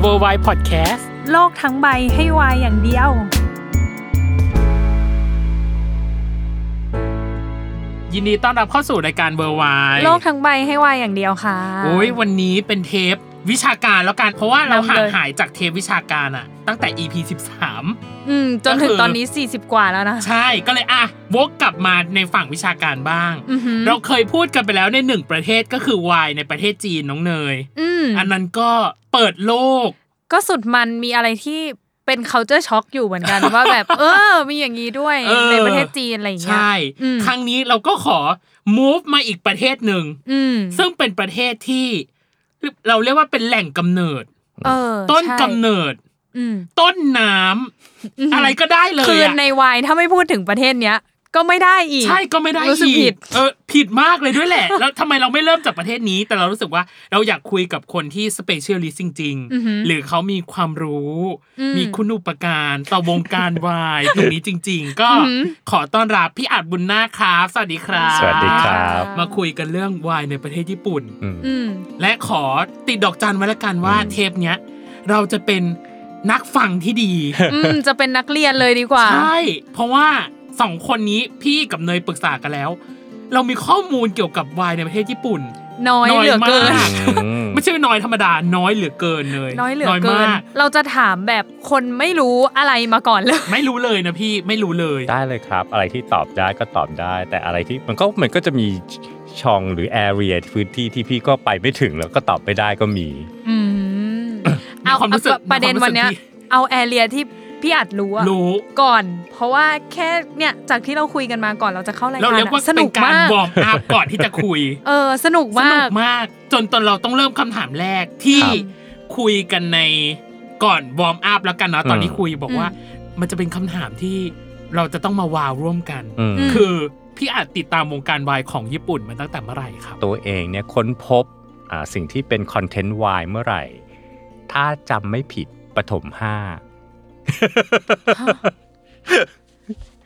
เวอร์ไวพอดแคสต์ โลกทั้งใบให้วายอย่างเดียว ยินดีต้อนรับเข้าสู่รายการเวอร์ไว โลกทั้งใบให้วายอย่างเดียวค่ะ โอ้ยวันนี้เป็นเทปวิชาการแล้วกันเพราะว่าเราห่าง นำเลย หายจากเทปวิชาการอะตั้งแต่ EP อืมจนถึงตอนนี้ 40 กว่าแล้วนะ 13 ใช่ก็เลยอ่ะวกกลับมาในฝั่งวิชาการบ้าง อือหือ เราเคยพูดกันไปแล้วในหนึ่งประเทศก็คือวายในประเทศจีนน้องเนย อืม อันนั้นก็เปิดโลก ก็สุดมันมีอะไรที่เป็น culture shock อยู่เหมือนกัน ว่า แบบ เออ มีอย่างนี้ด้วย เออ ในประเทศจีนอะไรอย่างเงี้ย ใช่ อืม ครั้งนี้เราก็ขอ move มาอีกประเทศหนึ่ง อืม ซึ่งเป็นประเทศที่เราเรียกว่าเป็นแหล่งกำเนิด เออ ต้น ใช่ กำเนิด อืม ต้นน้ำ ม อะไรก็ได้เลย คือ อะ ในวายถ้าไม่พูดถึงประเทศเนี้ย ก็ไม่ได้อีก ใช่ก็ไม่ได้ รู้สึก อี ผิ ก ด เออผิดมากเลยด้วยแหละ แล้วทำไมเราไม่เริ่มจากประเทศนี้ แต่เรารู้สึกว่าเราอยากคุยกับคนที่สเปเชียลิสต์จริง อหือ ๆ หรือเขามีความรู้ อืม มีคุณอุปการต่อวงการ วายตรงนี้จริง ๆ ก็ อือหือ ขอต้อนรับพี่อาจบุญนาคครับสวัสดีครับ สวัสดีครับ มาคุยกันเรื่องวายในประเทศญี่ปุ่น อืม อืม และขอติดดอกจันไว้ละกันว่า อืม เทปเนี้ยเราจะเป็นนักฟังที่ ดี อืม จะเป็นนักเรียนเลยดีกว่า ใช่ เพราะว่าสองคนนี้พี่กับเนยปรึกษากันแล้ว เรามีข้อมูลเกี่ยวกับวายในประเทศญี่ปุ่น น้อย น้อย เหลือเกิน มาก อืม ไม่ใช่ว่าน้อยธรรมดา น้อยเหลือเกินเลย น้อยเหลือเกิน มาก เราจะถามแบบคนไม่รู้อะไรมาก่อนเลย ไม่รู้เลยนะพี่ไม่รู้เลย ได้เลยครับ อะไรที่ตอบได้ก็ตอบได้ แต่อะไรที่มันก็มันก็จะมีช่องหรือแอเรียพื้นที่ที่พี่ก็ไปไม่ถึงแล้วก็ตอบไม่ได้ก็มี อืมเอา ความรู้สึก เอาประเด็นวันเนี้ย มีความรู้สึก เอาแอเรียที่พี่อาจรู้ ที่ อะ รู้ ก่อน เพราะว่าแค่เนี่ยจากที่เราคุยกันมาก่อนเราจะเข้าราย เรา การ เรียกว่า อะส เป็ นุ น ก การ มาก วอร์มอัพก่อนที่จะคุย เออสนุก ส มา นุ ก กมากจนตอนเราต้องเริ่มคำถามแรกที่ ครับ คุยกันในก่อนวอร์มอัพแล้วกันเนาะตอนที่ อืม คุยบอกว่า มันจะเป็นคำถามที่เราจะต้องมาวาวร่วมกัน อืม อืม คือพี่อาจติดตามวงการวายของญี่ปุ่นมาตั้งแต่เมื่อไหร่ครับ ตัวเองเนี่ยค้นพบอ่าสิ่งที่เป็นคอนเทนต์วายเมื่อไหร่ ถ้าจำไม่ผิดปฐมห้า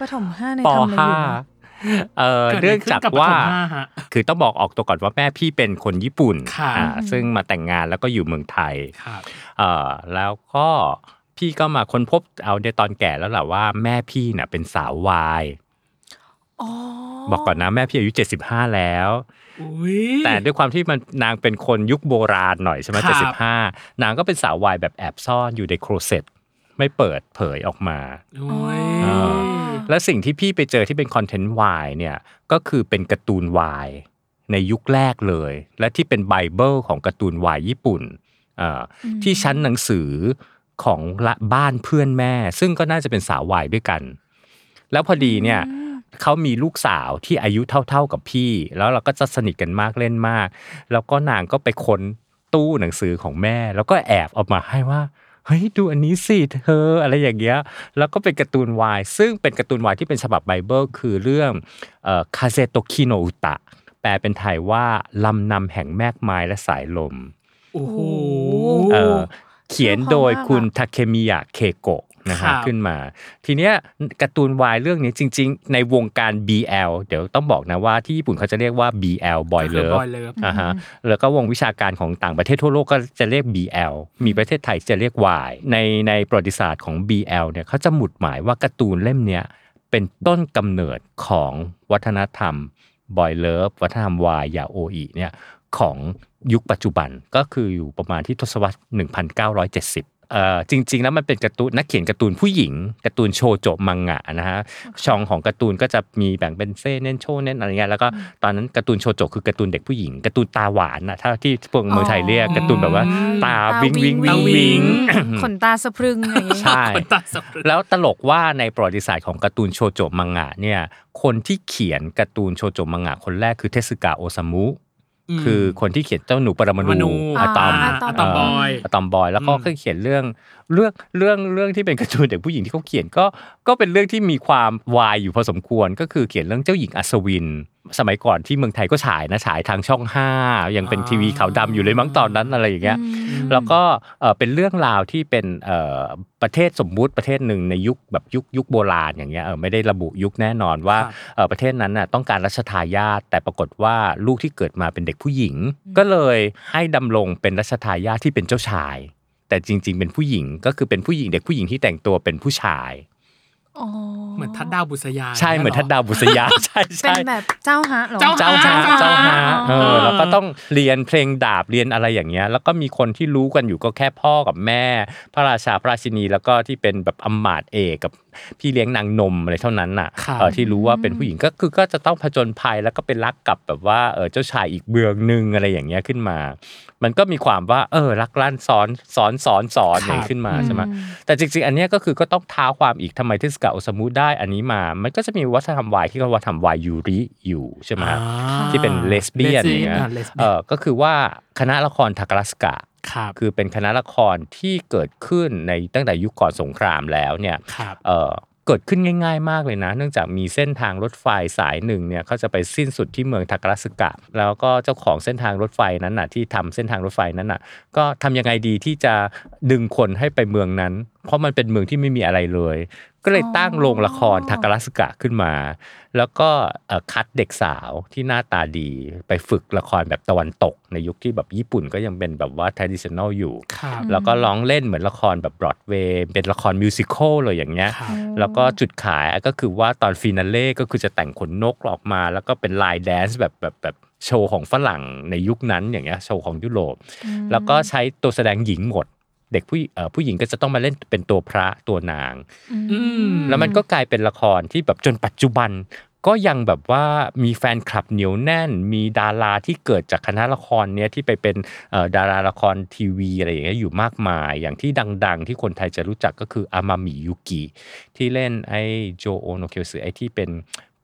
ปฐมห้าใน ป ทำอะไร ห้า อยู่นะ เอ่อ เกิดอะไร เนื่องจาก ขึ้นกับปฐม ว่า ห้าฮะ คือต้องบอกออกตัวก่อนว่าแม่พี่เป็นคนญี่ปุ่น ค่ะ อ่าซึ่งมาแต่งงานแล้วก็อยู่เมืองไทย ครับ เอ่อแล้วก็พี่ก็มาค้นพบเอาในตอนแก่แล้วแหละว่าแม่พี่น่ะเป็นสาววาย อ๋อ บอกก่อนนะแม่พี่อายุ 75 แล้ว อุ้ย แต่ด้วยความที่มันนางเป็นคนยุคโบราณหน่อยใช่ไหม ครั เจ็ดสิ บ บห้านางก็เป็นสาววายแบบแอบซ่อนอยู่ในโครเซ็ตไม่เปิดเผยออกมา โอ้ย อ่า และสิ่งที่พี่ไปเจอที่เป็นคอนเทนต์วายเนี่ยก็คือเป็นการ์ตูนวายในยุคแรกเลย และที่เป็นไบเบิลของการ์ตูนวายญี่ปุ่นเอ่ออที่ชั้นหนังสือของละบ้านเพื่อนแม่ ซึ่งก็น่าจะเป็นสาววายด้วยกัน แล้วพอดีเนี่ยเขามีลูกสาวที่อายุเท่าๆกับพี่ แล้วเราก็จะสนิทกันมากเล่นมาก แล้วก็นางก็ไปค้นตู้หนังสือของแม่ แล้วก็แอบเออกมาให้ว่า เฮ้ยดูอันนี้สิเธออะไรอย่างเงี้ย แล้วก็เป็นการ์ตูนวาย ซึ่งเป็นการ์ตูนวายที่เป็นฉบับไบเบิลคือเรื่องคาเซโตคิโนอุตะแปลเป็นไทยว่าลำนำแห่งแมกไม้และสายลม โอ้โห เอ่อเขียนโดยคุณทาเคมิยะเคโกะ นะ ครั ฮะ บ ขึ้นมา ทีเนี้ยการ์ตูนวายเรื่องนี้จริง ๆ ในวงการ BL เดี๋ยวต้องบอกนะว่าที่ญี่ปุ่นเขาจะเรียกว่า BL Boy คื Love Boy Love อ่าฮะแล้วก็วงวิชาการของต่างประเทศทั่วโลกก็จะเรียก BL มีประเทศไทยจะเรียก Y ในในประวัติศาสตร์ของ BL เนี่ยเขาจะหมุดหมายว่าการ์ตูนเล่มเนี้ยเป็นต้นกำเนิดของวัฒนธรรมบอยเลิฟวัฒนธรรมวายยาโออีเนี่ยของยุคปัจจุบันก็คืออยู่ประมาณที่ทศวรรษ 1970เอ่อจริง ๆ แล้วมันเป็นการ์ตูนนักเขียนการ์ตูนผู้หญิงการ์ตูนโชโจมังงะนะฮะช่องของการ์ตูนก็จะมีแบ่งเป็นเซ่เน้นโชเน้นอะไรเงี้ยแล้วก็ตอนนั้นการ์ตูนโชโจคือการ์ตูนเด็กผู้หญิงการ์ตูนตาหวานนะถ้าที่พวกเมืองไทยเรียกการ์ตูนแบบว่าตาวิงวิงวิงวิง ขนตาสะพรึงอย่าง งี้ ใช่ คนตาสะพรึง แล้วตลกว่าในประวัติศาสตร์ของการ์ตูนโชโจมังงะเนี่ยคนที่เขียนการ์ตูนโชโจมังงะคนแรกคือเทสึกะโอซามุ คือคนที่เขียนเจ้าหนูปรมาณ ปรมาณู ูอะตอม อ่า อะ เ ตอมบอย อะตอมบอย แล้วก็ อืม เคยเขียนเรื่องเรื่องเรื่องเรื่องที่เป็นการ์ตูนเด็กผู้หญิงที่เขาเขียนก็ก็เป็นเรื่องที่มีความวายอยู่พอสมควรก็คือเขียนเรื่องเจ้าหญิงอัศวิน สมัยก่อนที่เมืองไทยก็ฉายนะฉายทางช่องห้ายังเป็นทีวีขาวดำอยู่เลยมั้งตอนนั้นอะไรอย่างเงี้ย แล้วก็เอ่อเป็นเรื่องราวที่เป็นเอ่อประเทศสมมุติประเทศหนึ่งในยุคแบบยุคยุคโบราณอย่างเงี้ยเออไม่ได้ระบุยุคแน่นอนว่า ครับ เอ่อประเทศนั้นน่ะต้องการรัชทายาทแต่ปรากฏว่าลูกที่เกิดมาเป็นเด็กผู้หญิง ก็เลยให้ดำรงเป็นรัชทายาทที่เป็นเจ้าชาย แต่จริง ๆ เป็นผู้หญิงก็คือเป็นผู้หญิงเด็กผู้หญิงที่แต่งตัวเป็นผู้ชาย อ๋อ เหมือนทัดดาวบุษยา ใช่เหมือนทัดดาวบุษยา ใช่ เป็ ใช่ นแบบเจ้าฮะเหรอ เจ้า เจ้าฮะ ฮะ เจ้าฮะเอ เอ อ อ แล้วก็ต้องเรียนเพลงดาบเรียนอะไรอย่างเงี้ย แล้วก็มีคนที่รู้กันอยู่ก็แค่พ่อกับแม่ พระราชาพระราชินีแล้วก็ที่เป็นแบบอำมาตย์เอกกับพี่เลี้ยงนางนมอะไรเท่านั้นน่ะ ครับ เออที่รู้ว่าเป็นผู้หญิงก็คือก็จะต้องผจญภัยแล้วก็เป็นรักกับแบบว่าเออเจ้าชายอีกเบืองหนึ่งอะไรอย่างเงี้ยขึ้นมา มันก็มีความว่าเออรักลั่นซ้อนซ้อนซ้อนซ้อนอย่างนี้ขึ้นมาใช่ไหม แต่จริงๆ อันเนี้ยก็คือก็ต้องท้าความอีกทำไมเทศกาลโอซามุได้อันนี้มา มันก็จะมีวัฒนธรรมวายที่เขาว่าทำวายยูริอยู่ใช่ไหมฮะ อ่า ที่เป็นเลสเบี้ยน เลสเบี้ยน เนี่ย อ่าเลสเบี้ยน เออก็คือว่าคณะละครทากาสกะ ครับ คือเป็นคณะละครที่เกิดขึ้นในตั้งแต่ยุคก่อนสงครามแล้วเนี่ย ครับ เอ่อเกิดขึ้นง่าย ๆ มากเลยนะ เนื่องจากมีเส้นทางรถไฟสายหนึ่งเนี่ยเขาจะไปสิ้นสุดที่เมืองทากาสึกะ แล้วก็เจ้าของเส้นทางรถไฟนั้นน่ะที่ทำเส้นทางรถไฟนั้นน่ะก็ทำยังไงดีที่จะดึงคนให้ไปเมืองนั้น เพราะมันเป็นเมืองที่ไม่มีอะไรเลย ก็เลยตั้งโรงละครทากาสึกะขึ้นมา แล้วก็เอ่อคัดเด็กสาวที่หน้าตาดี ไปฝึกละครแบบตะวันตก ในยุคที่แบบญี่ปุ่นก็ยังเป็นแบบว่า traditional อยู่ ครับ แล้วก็ร้องเล่นเหมือนละครแบบบรอดเวย์เป็นละครมิวสิควลเลยอย่างเงี้ย ครับ แล้วก็จุดขายก็คือว่าตอนฟินาเล่ก็คือจะแต่งขนนกออกมา แล้วก็เป็นลายแดนซ์แบบแบบแบบโชว์ของฝรั่งในยุคนั้นอย่างเงี้ยโชว์ของยุโรป แล้วก็ใช้ตัวแสดงหญิงหมด เด็กผู้เอ่อผู้หญิงก็จะต้องมาเล่นเป็นตัวพระตัวนาง อืม แล้วมันก็กลายเป็นละครที่แบบจนปัจจุบัน ก็ยังแบบว่ามีแฟนคลับเหนียวแน่น มีดาราที่เกิดจากคณะละครเนี้ยที่ไปเป็นเอ่อดาราละครทีวีอะไรอย่างเงี้ยอยู่มากมาย อย่างที่ดังๆ ที่คนไทยจะรู้จักก็คืออามามิยุกิที่เล่นไอ้โจโอโนเคียวซือไอ้ที่เป็น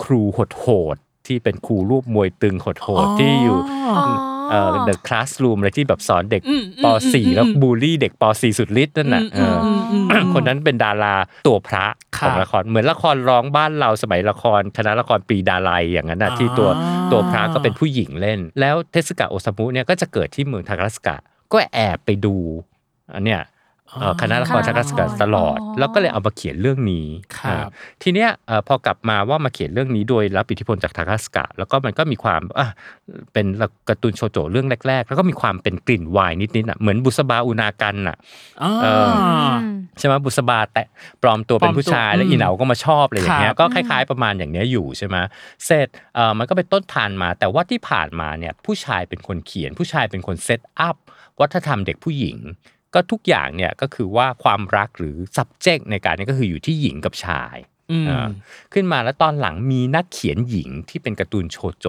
ครูโหดๆที่เป็นครูรูปมวยตึงโหดๆที่อยู่ เออเดอะคลาสรูมอะไรที่แบบสอนเด็ก อืม ป อืม .4 แล้วบูลลี่เด็กป .4 สุดฤทธิ์นั่นน่ะเอออ มอืมอืม คนนั้นเป็นดาราตัวพระข ค่ะ องละครเหมือนละครร้องบ้านเราสมัยละครคณะละครปรีดาลัยอย่างนั้นนะ อ่า ที่ตัวตัวพระก็เป็นผู้หญิงเล่น แล้วเทสกะโอซามุเนี่ยก็จะเกิดที่เมืองทากาสกะ ก็แอบไปดูอันเนี่ยเอ่อคณะละครทากาสกะตลอด อ๋อ แล้วก็เลยเอามาเขียนเรื่องนี้ ครับ อ่าทีเนี้ยเอ่อพอกลับมาว่ามาเขียนเรื่องนี้โดยรับอิทธิพลจากทากาสกะ แล้วก็มันก็มีความอ่ะเป็นการ์ตูนโชโจเรื่องแรก ๆ แล้วก็มีความเป็นกลิ่นวายนิดๆอ่ะเหมือนบุษบาอุนากันอ่ะ อ่า เออ ใช่ไหมบุษบาแต่ปลอมตัวเป็นผู้ชาย ปลอมตัว แล้วอีเหนาก็มาชอบอะไรอย่างเงี้ ค ย รับ ก็คล้ายๆประมาณอย่างเนี้ยอยู่ใช่ไหมเสร็จเอ่อมันก็เป็นต้นทานมา แต่ว่าที่ผ่านมาเนี่ยผู้ชายเป็นคนเขียน ผู้ชายเป็นคนเซตอัพวัฒนธรรมเด็กผู้หญิง ก็ทุกอย่างเนี่ยก็คือว่าความรักหรือ subject ในการนี้ก็คืออยู่ที่หญิงกับชาย อืม อ่าขึ้นมาแล้วตอนหลังมีนักเขียนหญิงที่เป็นการ์ตูนโชโจ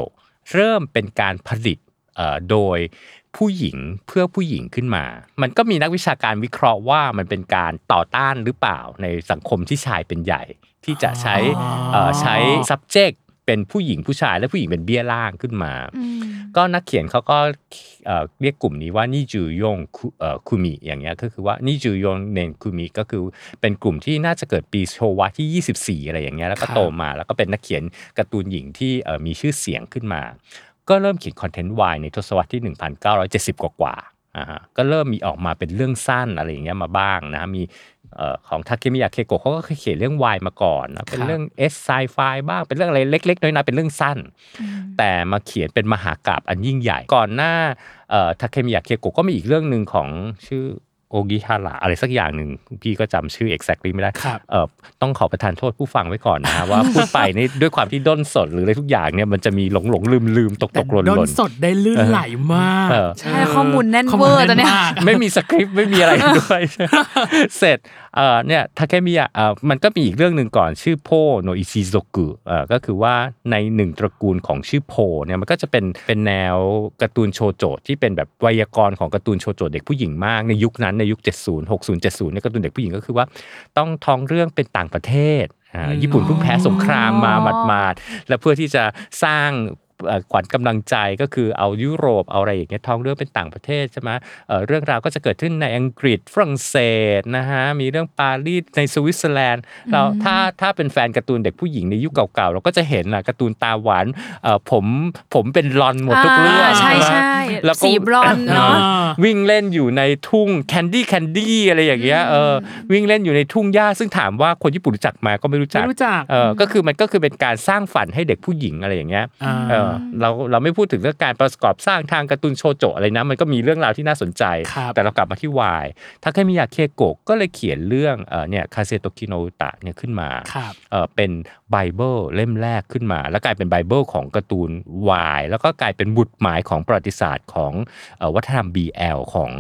เริ่มเป็นการผลิตเอ่อโดยผู้หญิงเพื่อผู้หญิงขึ้นมา มันก็มีนักวิชาการวิเคราะห์ว่ามันเป็นการต่อต้านหรือเปล่าในสังคมที่ชายเป็นใหญ่ ที่จะใช้ อ๋อ เอ่อใช้ subject เป็นผู้หญิงผู้ชายและผู้หญิงเป็นเบี้ยล่างขึ้นมา ก็นักเขียนเขาก็เอ่อเรียกกลุ่มนี้ว่านิจูยงคุเอ่อคุมิอย่างเงี้ยก็คือว่านิจูยงเนนคุมิก็คือเป็นกลุ่มที่น่าจะเกิดปีโชวะที่ 24 อะไรอย่างเงี้ยแล้วก็ ครับ โตมา แล้วก็เป็นนักเขียนการ์ตูนหญิงที่เอ่อมีชื่อเสียงขึ้นมา ก็เริ่มเขียนคอนเทนต์วายในทศวรรษที่ 1970 กว่าๆอ่าฮะก็เริ่มมีออกมาเป็นเรื่องสั้นอะไรอย่างเงี้ยมาบ้างนะมี เอ่อของทาเคมิยะเคโกะเขาก็เคยเขียนเรื่องวายมาก่อนนะเป็น ครับ เรื่องเอสไซไฟบ้างเป็นเรื่องอะไรเล็กๆน้อยๆเป็นเรื่องสั้น แต่มาเขียนเป็นมหากราบอันยิ่งใหญ่ก่อนหน้าทาเคมิยะเคโกะก็มีอีกเรื่องหนึ่งของชื่อโอกิฮาระอะไรสักอย่างหนึ่งพี่ก็จำชื่อ exactly ไม่ได้ ครับ เอ่อต้องขอประทานโทษผู้ฟังไว้ก่อนนะฮะ ว่าพูดไปนี่ด้วยความที่ด้นสดหรืออะไรทุกอย่างเนี่ยมันจะมีหลงหลงลืมลืมตกต แต่ กหล่น โด หล่ น น สดได้ลื่นไหลมาก เออ ใช่ข้อมูลแน่นเวอร์ ข้มูล ตอนเนี้ย มาก ไม่มีสคริปต์ไม่มีอะไรด้วย เสร็จเอ่อเนี่ยทาเคมิยะเอ่อมันก็มีอีกเรื่องหนึ่งก่อนชื่อโพโนอิชิโซกุเอ่อก็คือว่าในหนึ่งตระกูลของชื่อโพเนี่ยมันก็จะเป็นเป็นแนวการ์ตูนโชโจที่เป็นแบบไวยากรณ์ของการ์ตูนโชโจเด็กผู้หญิงมากในยุคนั้นในยุค 70 60 70เนี่ยการ์ตูนเด็กผู้หญิงก็คือว่าต้องท้องเรื่องเป็นต่างประเทศอ่า อืม ญี่ปุ่นเพิ่งแพ้สงครามมาหมาดๆและเพื่อที่จะสร้างเอ่อขวัญกำลังใจก็คือเอายุโรปเอาอะไรอย่างเงี้ยท้องเรื่องเป็นต่างประเทศใช่ไหม เอ่อเรื่องราวก็จะเกิดขึ้นในอังกฤษฝรั่งเศสนะฮะมีเรื่องปารีสในสวิตเซอร์แลนด์เราถ้าถ้าเป็นแฟนการ์ตูนเด็กผู้หญิงในยุคเก่าๆ เราก็จะเห็นนะการ์ตูนตาหวานเอ่อผมผมเป็นลอนหมดทุกเรื่อง อ่าใช่ ไหม ใช่ แล้วก็ สีบรอนซ์เนาะ อ่า วิ่งเล่นอยู่ในทุ่งแคนดี้แคนดี้อะไรอย่างเงี้ยเออวิ่งเล่นอยู่ในทุ่งหญ้าซึ่งถามว่าคนญี่ปุ่นรู้จักไหมาก็ไม่รู้จัก ไม่รู้จัก เออก็คือมันก็คือเป็นการสร้างฝันให้เด็กผู้หญิงอะไรอย่างเงี้ย า เออเราเราไม่พูดถึงเรื่องการประกอบสร้างทางการ์ตูนโชโจะอะไรนะ มันก็มีเรื่องราวที่น่าสนใจ ครับ แต่เรากลับมาที่วายทาเคมิยะเคโกะก็เลยเขียนเรื่องเอ่อเนี่ยคาเซโตคิโนตะเนี่ยขึ้นมา ครับ เอ่อเป็นไบเบิลเล่มแรกขึ้นมา แล้วกลายเป็นไบเบิลของการ์ตูนวายแล้วก็กลายเป็นบุตรหมายของประวัติศาสตร์ของเอ่อวัฒนธรรม BL ของ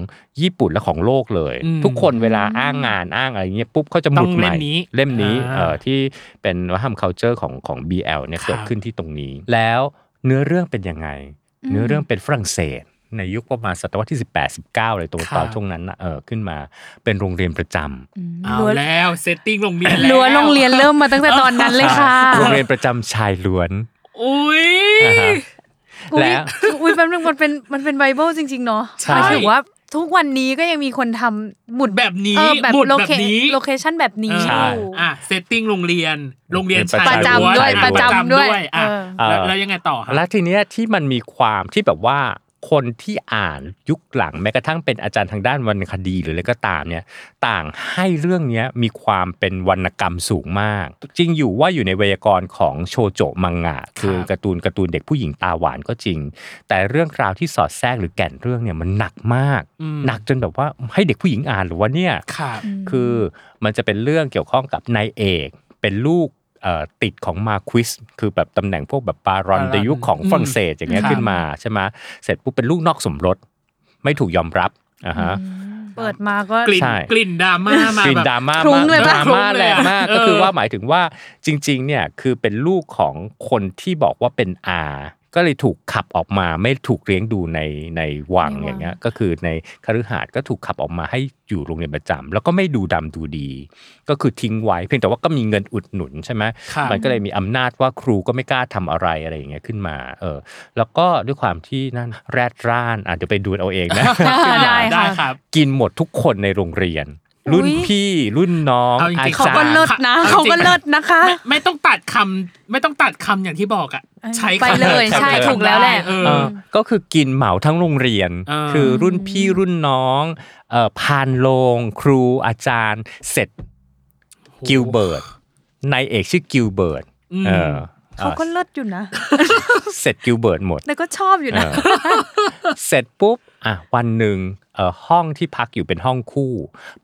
ญี่ปุ่นและของโลกเลย อืม ทุกคนเวลาอ้างงานอ้างอะไรเงี้ยปุ๊บเขาจะห ต้ มุ อ ด ง ห เล่ มาย มนี้ เล่มนี้ อ่า เอ่อ ที่เป็นวัฒนธรรม culture ของของ BL เนี่ย ครับ เกิดขึ้นที่ตรงนี้ แล้วเนื้อเรื่องเป็นยังไง อืม เนื้อเรื่องเป็นฝรั่งเศส ในยุคประมาณศตวรรษที่ 18 19เลยตรง ครับ ตอนช่วงนั้นน่ะเออขึ้นมาเป็นโรงเรียนประจำ เอาแล้วเซตติ้งโรงเรียน ล้วนโรงเรียนเริ่มมาตั้งแต่ตอนนั้นเลยค่ะ โรงเรียนประจำชายล้วน อุ้ย นะฮะ อุ๊ย แล้ว อุ้ยแป๊บนึงมันเป็นมันเป็นไบเบิลจริง ๆ เนาะ ใช่ หมายถึงว่าทุกวันนี้ก็ยังมีคนทำหมุด แบบนี้ เออแบบ หมุด โล แบบ เค นี้ โลเคชั่นแบบนี้ ใช่ อยู่ อ่ะเซตติ้งโรงเรียน โรงเรียนชาย ประจำ ล้น ด้วย อ่ ประจำด้วย อ่ะ เออ แล้วแล้วยังไงต่อครับ แล้วทีเนี้ยที่มันมีความที่แบบว่าคนที่อ่านยุคหลังแม้กระทั่งเป็นอาจารย์ทางด้านวรรณคดีหรืออะไรก็ตามเนี่ยต่างให้เรื่องเนี้ยมีความเป็นวรรณกรรมสูงมาก จริงอยู่ว่าอยู่ในไวยากรณ์ของโชโจะมังงะ คือ ครับ การ์ตูนการ์ตูนเด็กผู้หญิงตาหวานก็จริง แต่เรื่องราวที่สอดแทรกหรือแก่นเรื่องเนี่ยมันหนักมาก อืม หนักจนแบบว่าให้เด็กผู้หญิงอ่านหรือว่าเนี่ย ครับ คือมันจะเป็นเรื่องเกี่ยวข้องกับนายเอก เป็นลูกเอ่อติดของมาควิสคือแบบตำแหน่งพวกแบบบารอน บารอน ในยุคของ อืม ฝรั่งเศสอย่างเงี้ย ครับ ขึ้นมาใช่ไหมเสร็จปุ๊บเป็นลูกนอกสมรสไม่ถูกยอมรับอ่าฮะ เปิดมาก็ กลิ่น ใช่ กลิ่นดราม่ามาก ลิ่น แบบ ดราม่า พรุ้งเลย ด ปะ ราพรุ้ม่างเลย แรงมาก เออ ก็คือว่าหมายถึงว่าจริงๆเนี่ยคือเป็นลูกของคนที่บอกว่าเป็นอาก็เลยถูกขับออกมาไม่ถูกเลี้ยงดูในในวัง ในวัง อย่างเงี้ยก็คือในคฤหาสน์ก็ถูกขับออกมาให้อยู่โรงเรียนประจำแล้วก็ไม่ดูดำดูดี ก็คือทิ้งไว้ เพียงแต่ว่าก็มีเงินอุดหนุนใช่ไหม ครับ มันก็เลยมีอำนาจว่าครูก็ไม่กล้าทำอะไรอะไรอย่างเงี้ยขึ้นมา เออ แล้วก็ด้วยความที่นั่นแรดร่านอ่ะเดี๋ยวไปดูเอาเองนะ ได้ ได้คค่ะรับ กินหมดทุกคนในโรงเรียน รุ่น อุ๊ย พี่รุ่นน้อง เอาจ อา ริงๆจากเขา็ รย์ เลิศนะเขาก็เลิศนะคะ ไม่ไม่ต้องตัดคำไม่ต้องตัดคำอย่างที่บอกอ่ะ เออ ใช้ ไป คำ เลย คำ ใช่ คำ ถูกแล้วแหละ เออ เออก็คือกินเหมาทั้งโรงเรียน เออ คือรุ่นพี่รุ่นน้องเอ่อพานโรงครูอาจารย์เสร็จกิลเบิร์ตนายเอกชื่อกิลเบิร์ต ม เออ เขาก็เลิศอยู่นะ เสร็จกิลเบิร์ตหมด แต่ก็ชอบอยู่นะ เออเสร็จปุ๊บอ่ะวันหนึ่งเอ่อห้องที่พักอยู่เป็นห้องคู่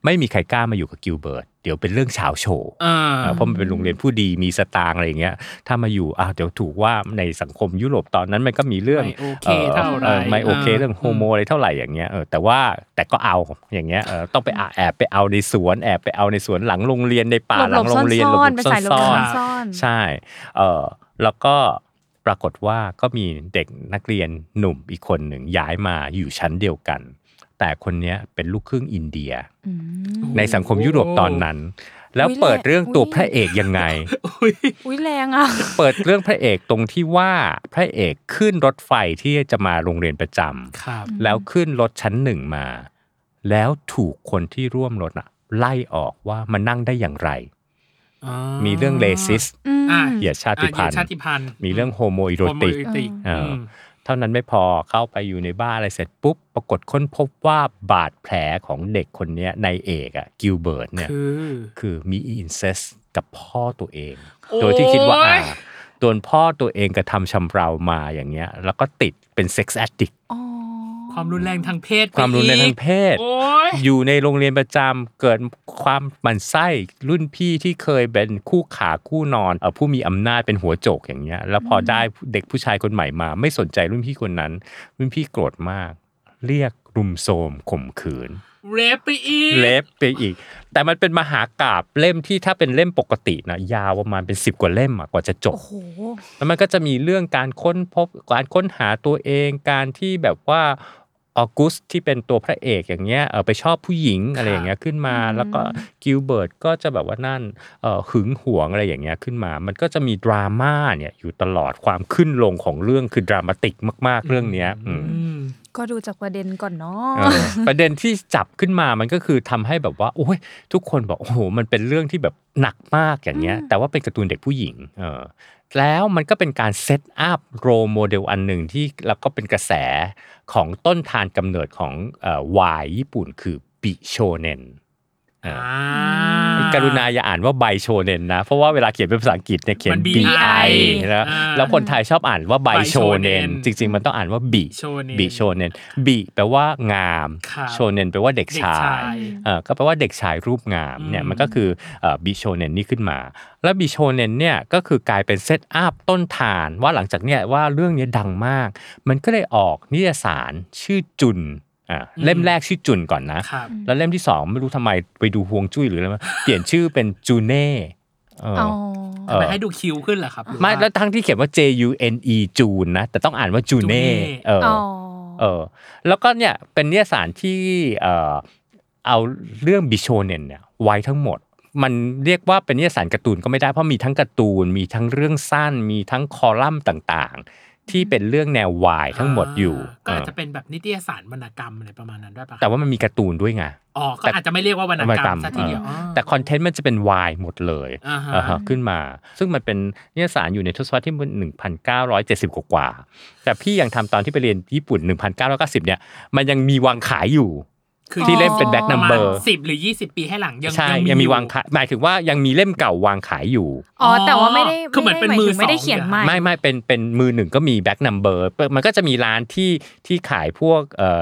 ไม่มีใครกล้ามาอยู่กับกิลเบิร์ตเดี๋ยวเป็นเรื่องเฉาวโชว์ เออ เออเพราะมันเป็นโรงเรียนผู้ดีมีสตางค์อะไรอย่างเงี้ยถ้ามาอยู่อ้าวเดี๋ยวถูกว่าในสังคมยุโรปตอนนั้นมันก็มีเรื่อง ไม่โอเคเท่าไหร่ ออไม่โอเค เออ เรื่องโฮโมอะไรเท่าไหร่อย่างเงี้ยเออแต่ว่าแต่ก็เอาอย่างเงี้ยเออต้องไปอ่ะแอบไปเอาในสวนแอบไปเอาในสวนหลังโรงเรียนในป่าหลังโรงเรียน หลบๆซ่อนๆ หลบๆ ไปใส่หลบๆ ซ่อนๆ ครับ ซ่อนๆ ใช่เออแล้วก็ปรากฏว่าก็มีเด็กนักเรียนหนุ่มอีกคนหนึ่งย้ายมาอยู่ชั้นเดียวกัน แต่คนเนี้ยเป็นลูกครึ่งอินเดีย อืม ในสังคมยุโรปตอนนั้น แล้ว อุ๊ย เปิดเรื่อง แรง ตัว อุ๊ย พระเอกยังไง อุ๊ย อุ้ยแรงอ่ะ เปิดเรื่องพระเอกตรงที่ว่าพระเอกขึ้นรถไฟที่จะมาโรงเรียนประจำ ครับ แล้วขึ้นรถชั้นหนึ่งมา แล้วถูกคนที่ร่วมรถอะไล่ออกว่ามานั่งได้อย่างไร มีเรื่องเลสิส อืม อ่ะ เหยียดชา อ่ะ ติพัน เหยียด ธุ์ ชาติพันธุ์ มีเรื่องโฮโมอิโร โฮโม ติก อิโรติก เออ ม เท่านั้นไม่พอเข้าไปอยู่ในบ้านอะไรเสร็จปุ๊บ ปรากฏค้นพบว่าบาดแผลของเด็กคนเนี้ยในายเอกอะกิลเบิร์ตเนี่ย คือ คือมีอินเซสกับพ่อตัวเอง โอ๊ย โดยที่คิดว่าอ่าโดนพ่อตัวเองกระทำชำเรามาอย่างเงี้ย แล้วก็ติดเป็นเซ็กซ์แอดดิก อ๋อ ความรุนแรงทางเพศไป ความรุนแรงทางเพศ โอ้ย อยู่ในโรงเรียนประจำเกิดความหมันไส้รุ่นพี่ที่เคยเป็นคู่ขาคู่นอนเอ่อผู้มีอำนาจเป็นหัวโจกอย่างเงี้ย แล้วพอได้เด็กผู้ชายคนใหม่มา ไม่สนใจรุ่นพี่คนนั้น รุ่นพี่โกรธมาก เรียกรุมโทรมข่มขืน เรปไปอีก เล็บไปอีก แต่มันเป็นมหากาบเล่มที่ถ้าเป็นเล่มปกตินะยาวประมาณเป็น 10 กว่าเล่มอะกว่าจะจบ โอ้โห แล้วมันก็จะมีเรื่องการค้นพบการค้นหาตัวเองการที่แบบว่าออกุสที่เป็นตัวพระเอกอย่างเงี้ยเออไปชอบผู้หญิงอะไรอย่างเงี้ยขึ้นมา อืม แล้วก็กิลเบิร์ตก็จะแบบว่านั่นเออหึงหวงอะไรอย่างเงี้ยขึ้นมา มันก็จะมีดราม่าเนี่ยอยู่ตลอดความขึ้นลงของเรื่องคือดรามาติกมาก ๆ เรื่องเนี้ยอืม อืม ก็ดูจากประเด็นก่อนเนาะ เออประเด็นที่จับขึ้นมามันก็คือทำให้แบบว่า โอ้ย ทุกคนบอก โอ้โห มันเป็นเรื่องที่แบบหนักมากอย่างเงี้ย อืม แต่ว่าเป็นการ์ตูนเด็กผู้หญิง เออ แล้วมันก็เป็นการเซตอัพโรโมเดลอันหนึ่งที่แล้วก็เป็นกระแสของต้นทานกำเนิดของวายญี่ปุ่นคือบิโชเนนเอออ ม กรุณาอย่าอ่านว่าไบโชเนนนะ เพราะว่าเวลาเขียนเป็นภาษาอังกฤษเนี่ยเขียน มัน B BI I นะ อ่า แล้วคนไทยชอบอ่านว่าไบโชเนน Bichonen จริง ๆ มันต้องอ่านว่าบิ โชเนน บีโชเนนบีแปลว่างาม ครับ โชเนนแปลว่าเด็ก เด็ก ชา ชาย ย เออก็แปลว่าเด็กชายรูปงามเนี่ย อืม มันก็คือบีโชเนนนี่ขึ้นมา แล้วบีโชเนนเนี่ยก็คือกลายเป็นเซตอัพต้นฐานว่าหลังจากเนี่ยว่าเรื่องเนี้ยดังมาก มันก็เลยออกนิตยสารชื่อจุนอ่าเล่มแรกชื่อจุนก่อนนะ ครับ แล้วเล่มที่สองไม่รู้ทำไมไปดูฮวงจุ้ยหรืออะไรมา เปลี่ยนชื่อเป็นจูเน่เอออ อ๋อ เอ ทำ อ ไมให้ดูคิวขึ้นล่ะครับหรือ ไม่ ว่า แล้วทั้งที่เขียนว่า J U N E จูนนะแต่ต้องอ่านว่าจูเน่ จูเน่ เออ อ๋อ เออแล้วก็เนี่ยเป็นนิยสารที่เอ่อเอาเรื่องบิโชเนนเนี่ยไว้ทั้งหมด มันเรียกว่าเป็นนิยสารการ์ตูนก็ไม่ได้เพราะมีทั้งการ์ตูน มีทั้งเรื่องสั้น มีทั้งคอลัมน์ต่างๆ ที่เป็นเรื่องแนววายทั้งหมดอยู่ ก็อาจจะ เอ เป็นแบบนิตยสารวรรณกรรมอะไรประมาณนั้นด้วยปะ อแต่ว่ามันมีการ์ตูนด้วยไง อ๋อก็อาจจะไม่เรียกว่าวรรณกรรมซะทีเดียว เออ อ๋อ แต่คอนเทนต์มันจะเป็นวายหมดเลย อ่าฮะ อ่าฮะขึ้นมา ซึ่งมันเป็นนิยสารอยู่ในทศวรรษที่ 1970 กว่าๆแต่พี่ยังทำตอนที่ไปเรียนญี่ปุ่น 1990 เนี่ยมันยังมีวางขายอยู่ คือ ที่เล่นเป็นแบ็ก ป นั ระ ม มา เบ ณ อร์ สิบหรือยี่สิบปีให้หลังยัง ใช่ยังมีวาง อ ขายหมายถึงว่ายังมีเล่มเก่าวางขายอยู่ อ๋อ แต่ว่าไม่ได้ คือเหมือนเป็นมือ ไได้หายถึงไม่ได้ สอง เขียนใหม่ ไม่ไม่เป็นเป็นมือหนึ่งก็มีแบ็กนัมเบอร์มันก็จะมีร้านที่ที่ขายพวกเอ่อ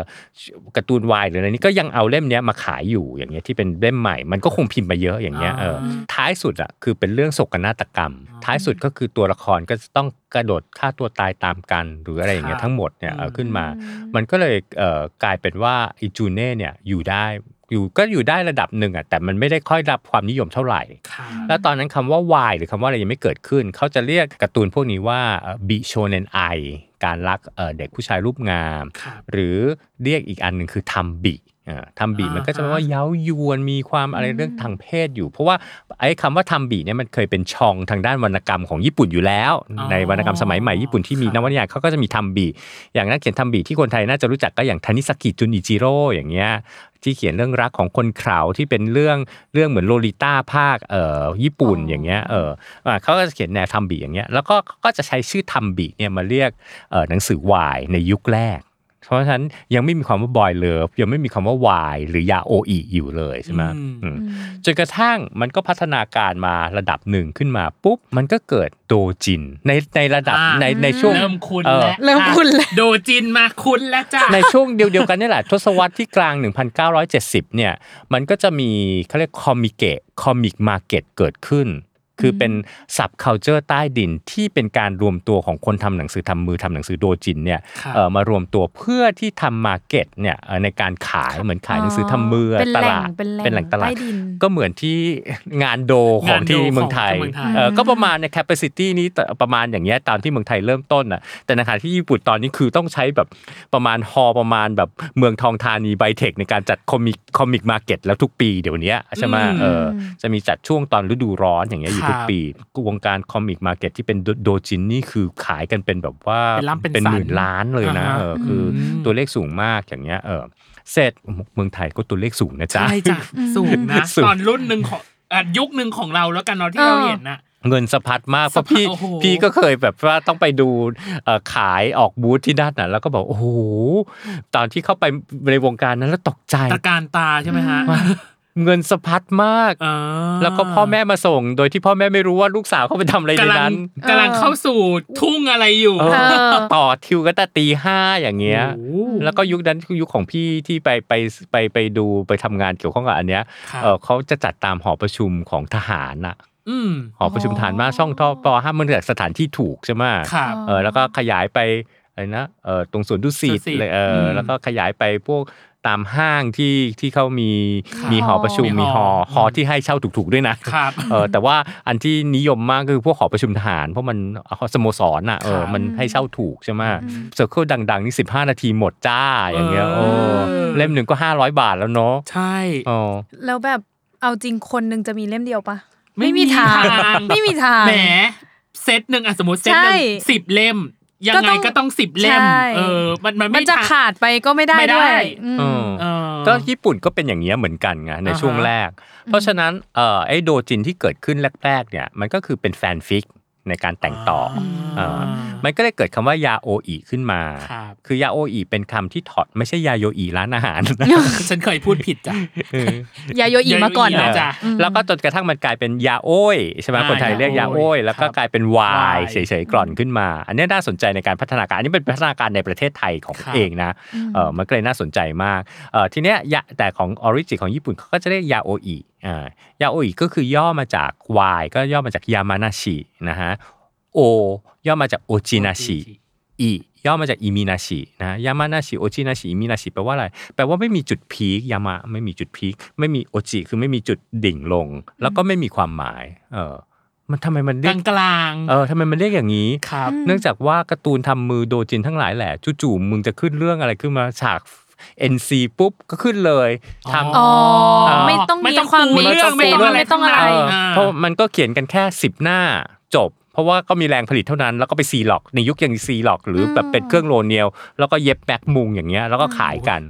การ์ตูนวายหรืออะไรนี้ก็ยังเอาเล่มเนี้ยมาขายอยู่อย่างเงี้ยที่เป็นเล่มใหม่ มันก็คงพิมพ์มาเยอะอย่างเงี้ยเอออ ม ท้ายสุดอ่ะคือเป็นเรื่องโศกนาฏกรรม ท้ายสุดก็คือตัวละครก็จะต้องกระโดดฆ่าตัวตายตามกัน หรืออะไรอย่างเงี้ย ค่ะ ทั้งหมดเนี่ยเออ อืม ขึ้นมา มันก็เลยเอ่อกลายเป็นว่าอิจูเน่เนี่ยอยู่ได้อยู่ก็อยู่ได้ระดับหนึ่งอ่ะแต่มันไม่ได้ค่อยรับความนิยมเท่าไหร่ ค่ะ แล้วตอนนั้นคำว่าวายหรือคำว่าอะไรยังไม่เกิดขึ้น เขาจะเรียกการ์ตูนพวกนี้ว่าบิโชเนนไอการรักเอ่อเด็กผู้ชายรูปงาม ครับ หรือเรียกอีกอันหนึ่งคือทำบิอ่าทำบี อ่ามั มันก็จะแปล ฮะ ว่าเย้ายวนมีความอะไรเรื่องทางเพศอยู่ เพราะว่าไอ้คำว่าทำบีเนี่ยมันเคยเป็นชองทางด้านวรรณกรรมของญี่ปุ่นอยู่แล้ว อ๋อ ในวรรณกรรมสมัยใหม่ญี่ปุ่นที่มี ครับ นวนิยายเขาก็จะมีทำบีอย่างนักเขียนทำบีที่คนไทยน่าจะรู้จักก็อย่างทานิสกิจุนอิจิโร่อย่างเงี้ย ที่เขียนเรื่องรักของคนเขราวที่เป็นเรื่องเรื่องเหมือนโลลิต้าภาคเอ่อญี่ปุ่น อ๋อ อ อ ย่างเงี้ยเอออ่าเขาก็จะเขียนแนวทำบีอย่างเงี้ยแล้วก็ก็จะใช้ชื่อทำบีเนี่ยมาเรียกเอ่อหนังสือวายในยุคแรก เพราะฉะนั้นยังไม่มีความว่าบอยเลิฟยังไม่มีคำว่าวายหรือยาโออีอยู่เลยใช่ไหม อืม อืม อืม จนกระทั่งมันก็พัฒนาการมาระดับหนึ่งขึ้นมาปุ๊บ มันก็เกิดโดจินในในระดับ อ่า ในในช่วง เริ่มคุ้น เออ แล้ว เริ่ม อ่ะ คุ้นแล้ว โดจินมาคุ้นแล้วจ้ะ ในช่วงเดียวเดียวกันนี่แหละ ทศวรรษที่กลาง 1970 เนี่ย มันก็จะมีเขาเรียกคอมิเกะคอมิกมาเก็ตเกิดขึ้น คือเป็นสับเคาเจอร์ใต้ดินที่เป็นการรวมตัวของคนทำหนังสือทำมือทำหนังสือโดจินเนี่ย ครับ เอ่อมารวมตัวเพื่อที่ทำมาเก็ตเนี่ยเอ่อในการขายเหมือนขายหนังสือทำมือ เป็น ต แหล่ง ลาด เป็นแหล่ง ตลาด ใต้ดิน ก็เหมือนที่ งานโดของที่เมืองไทย งานโดของที่เมืองไทย เออก็ประมาณในแคปซิตี้นี้แต่ประมาณอย่างเงี้ยตามที่เมืองไทยเริ่มต้นน่ะแต่ในขณะที่ญี่ปุ่นตอนนี้คือต้องใช้แบบประมาณฮอลล์ประมาณแบบเมืองทองธานีไบเทค ในการจัดคอมิกคอมิกมาเก็ตแล้วทุกปีเดี๋ยวเนี้ยใช่ไหม อืม เออจะมีจัดช่วงตอนฤดูร้อนอย่างเงี้ยอยู่ทุ ค ก รับ ปีวงการคอมิกมาเก็ตที่เป็นโดโดจินนี่คือขายกันเป็นแบบว่า เป็นล้ำเป็น เป็น สัน หมื่นล้านเลยนะ อ่าฮะ เออคืออ ม ตัวเลขสูงมากอย่างเงี้ยเออเสร็จเมืองไทยก็ตัวเลขสูงนะจ๊ะ ใช่จ้ะสูงนะ สูง ตอนรุ่นหนึ่งของอ่ะยุคหนึ่งของเราแล้วกันเนาะที่เราเห็นน่ะ เงินสะพัดมากเพ สะ ราะ พัด พี่ โอ้โห พี่ก็เคยแบบว่าต้องไปดูเอ่อขายออกบูธที่ด้านน่ะแล้วก็บอกโอ้โหตอนที่เข้าไปในวงการนั้นแล้วตกใจ ตะการตาใช่ไหมฮะ เงินสะพัดมาก อ่า แล้วก็พ่อแม่มาส่ง โดยที่พ่อแม่ไม่รู้ว่าลูกสาวเขาไปทำอะไรใน กำลัง นั้น กำลังเข้าสู่ทุ่งอะไรอยู่ เออ เออ ต่อทิวกันแต่ตีห้าอย่างเงี้ย โอ้โห แล้วก็ยุคนั้นคือยุคของพี่ที่ไปไปไปไปดูไปทำงานเกี่ยวข้องกับอันเนี้ย ครับ เออเขาจะจัดตามหอประชุมของทหารน่ะ อืม หอประชุมทหารมาช่องทอปอห้ามมันจากสถานที่ถูกใช่ไหม ครับ เออแล้วก็ขยายไปอะไรนะเออตรงสวนดุสิ ดุ ต สิต เลยเอออ ม แล้วก็ขยายไปพวกตามห้างที่ที่เขามี ครับ มีหอประชุม มี มี ห ห อ อ อืม หอที่ให้เช่าถูกๆด้วยนะ ครับ เออแต่ว่าอันที่นิยมมากคือพวกหอประชุมทหาร เพราะมันสโมสรน่ะเอคอรับ มันให้เช่าถูกใช่ไหมเซอร์เคิลดัง ๆ นี่ 15 นาทีหมดจ้าอย่างเงี้ย เอ โอ้ อ เล่มหนึ่งก็ 500 บาทแล้วเนาะ ใช่ อ๋อ แล้วแบบเอาจริงคนหนึ่งจะมีเล่มเดียวปะไม่มีทาง แหมเซตหนึ่งอะสมมติเซตหนึ่ง ใช่ สิบเล่ม ยัง ก็ ไง ต้อง ก็ต้องสิบเล่ม ใช่ เออ มันมัน มั ไม่ นจะ ทัน ขาดไปก็ไม่ได้ ไม่ได้ ด้วยอืม เออ เออ ก็ญี่ปุ่นก็เป็นอย่างเงี้ยเหมือนกันไงใน อ่าฮะ ช่วงแรก เพราะฉะนั้นเอ่อไอ้โดจินที่เกิดขึ้นแรกๆเนี่ยมันก็คือเป็นแฟนฟิกในการแต่งต่ออ เ อ่า มันก็เลยเกิดคำว่ายาโออิขึ้นมา ครับ คือยาโออิเป็นคำที่ถอดไม่ใช่ยาโยอิร้านอา หาร ฉันเคยพูดผิดจ้ะ ยาโยอิมาก่อน ยาโยอิ นะ นะ จ้ แล้วก็จนกระทั่งมันกลายเป็นยาโอ้ยใช่ไหม อ่า คนไทยเรียกยายาโอ้ยโอ้ย แล้วคก็รับ กลายเป็นวา าย ย เฉยๆกร่อนขึ้นมา อันนี้น่าสนใจในการพัฒนาการอันนี้เป็นพัฒนาการในประเทศไทยของ ครับ เองนะเออมันก็เลยน่าสนใจมากเออทีเนี้ยยาแต่ของออริจินของญี่ปุ่นเขาก็จะเรียกยาโออิอ่ายาโออิก็คือย่อมาจากวายก็ย่อมาจากยามานาชินะฮะโอย่อมาจากโอจินาชิ อิย่อมาจากอิมินาชินะยามานาชิโอจินาชิอิมินาชิแปลว่าอะไร แปลว่าไม่มีจุดพีคยามาไม่มีจุดพีคไม่มีโอจิคือไม่มีจุดดิ่งลง แล้วก็ไม่มีความหมาย เออ มันทำไมมัน ก เรีลายก งกลางๆ เออทำไมมันเรียกอย่างนี้ ครับ เนื่องจากว่าการ์ตูนทำมือโดจินทั้งหลายแหละจู่ๆมึงจะขึ้นเรื่องอะไรขึ้นมาฉาก NC ปุ๊บก็ขึ้นเลยทำ อ๋อ เออ ไม่ต้อง ไม่ มี ต้อง ความ ปูเรื่อง ไม่ต้อง ปูเรื่องอะไรไม่ต้องอะไร เออ อ่า เพราะมันก็เขียนกันแค่ 10 หน้าจบ เพราะว่าก็มีแรงผลิตเท่านั้น แล้วก็ไปซีล็อกในยุคยังซีล็อก หรืออ ม แบบเป็นเครื่องโลเนียลแล้วก็เย็บแบ็กมุงอย่างเงี้ยแล้วก็ขายกัน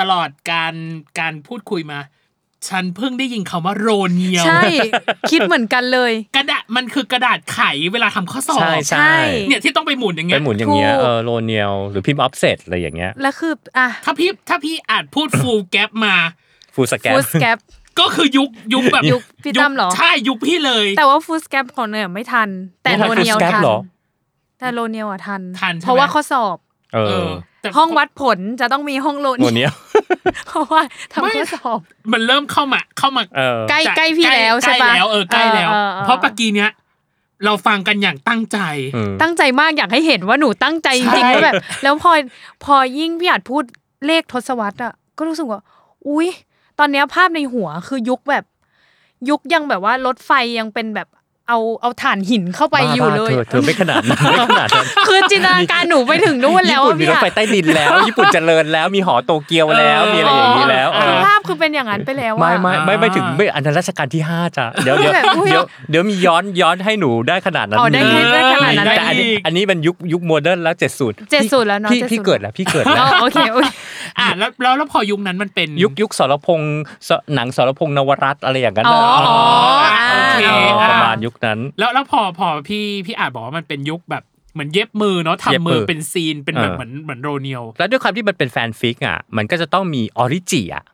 ตลอดการการพูดคุยมา ฉันเพิ่งได้ยินคำว่าโรเนียว ใช่ คิดเหมือนกันเลย กระดาษมันคือกระดาษไขเวลาทำข้อสอบ ใช่ใช่ ใช่ เนี่ยที่ต้องไปหมุนอย่าง ไป เงี้ย หมุนอย่างเงี้ย ถูก เออโลเนียลหรือพิมพ์ออฟเซตอะไรอย่างเงี้ย แล้วคืออ่ะ ถ้าพี่ถ้าพี่อาจพูดฟูลแก p มา ฟูสแกน ฟูสแกป ก็คือยุคยุคแบบ ยุคพี่ตั้มเหรอ ใช่ยุคพี่เลย แต่ว่าฟูสแกปของเนี่ยไม่ทัน แต่โลเนียล แก ทัน หรอ แต่โลเนียลอะทัน ทันใช่ไหม เพราะว่าข้อสอบ เอ เอ อ อแต่ ห้องวัดผลจะต้องมีห้องโล โล เนี เนี ยล ยล เพราะว่าทำ ไม่ ข้อสอบ มันเริ่มเข้ามาเข้ามา เออ ใกล้ จะ ใกล้พี่แล้วใช่ใกปะล้แล้วเออใกล้แล้ว เออเออเออ เพราะปากีเนี้ยเราฟังกันอย่างตั้งใจ ตั้งใจมากอยากให้เห็นว่าหนูตั้งใจจริง ใช่ ๆว่าแบบ แล้วพอพอยิ่งพี่อาจพูดเลขทศวรรษอ่ะก็รู้สึกว่า อุ๊ย ตอนเนี้ยภาพในหัวคือยุคแบบ ยุคยังแบบว่ารถไฟยังเป็นแบบเอาเอาฐานหินเข้าไปอยู่ บ้าๆ เลย เธอเธอไม่ขนาด นั้นไม่ขนาดนั้น คือจินตนาการหนูไปถึงนู่นแล้ว ญี่ปุ่น อะ มี พี่ รถ อะ ไฟใต้ดินแล้ว ญี่ปุ่นเจริญแล้วมีหอโตเกียวแล้วมีอะไรอย่างนี้แล้วเอ คือ อ ภาพคือเป็นอย่างนั้นไปแล้วอะ ไม่ไม่ไม่ไม่ถึง อ่า ไม่อันนั้นรัชกาลที่ห้าจ้ะเดี๋ยวเดี๋ยว แบบอุ๊ย เดี๋ยวเดี๋ยวมีย้อนย้อนให้หนูได้ขนาดนั้น อ๋อได้ มี ให้ได้ขนาดนั้น แต่อันนี้ ได้อีก อันนี้มันยุคยุคโมเดิร์นแล้วเจ็ดสูตร เจ็ดสูตรแล้วเนาะ พี่ จ็ด พี่ สูตร เกิดแล้วพี่เกิด อ๋ แล้ อ ว โอเคโอเค อ่ะแล้วแล้วแล้วพอยุคนั้นมันเป็น ยุคยุคสรพงษ์สหนังสรพงษ์นวรัตน์อะไรอย่างนั้น อ๋ออ๋อ โอเค เออ อ่า ประมาณยุคนั้น แล้วแล้วพอพอพี่พี่อาจบอกว่ามันเป็นยุคแบบเหมือนเย็บมือเนาะ เย็บ ทำ มื มื อ อเป็นซีนเป็นแบบ เออ เหมือนเหมือนโรเนียล แล้วด้วยความที่มันเป็นแฟนฟิกอ่ะมันก็จะต้องมีออริจิอ่ะ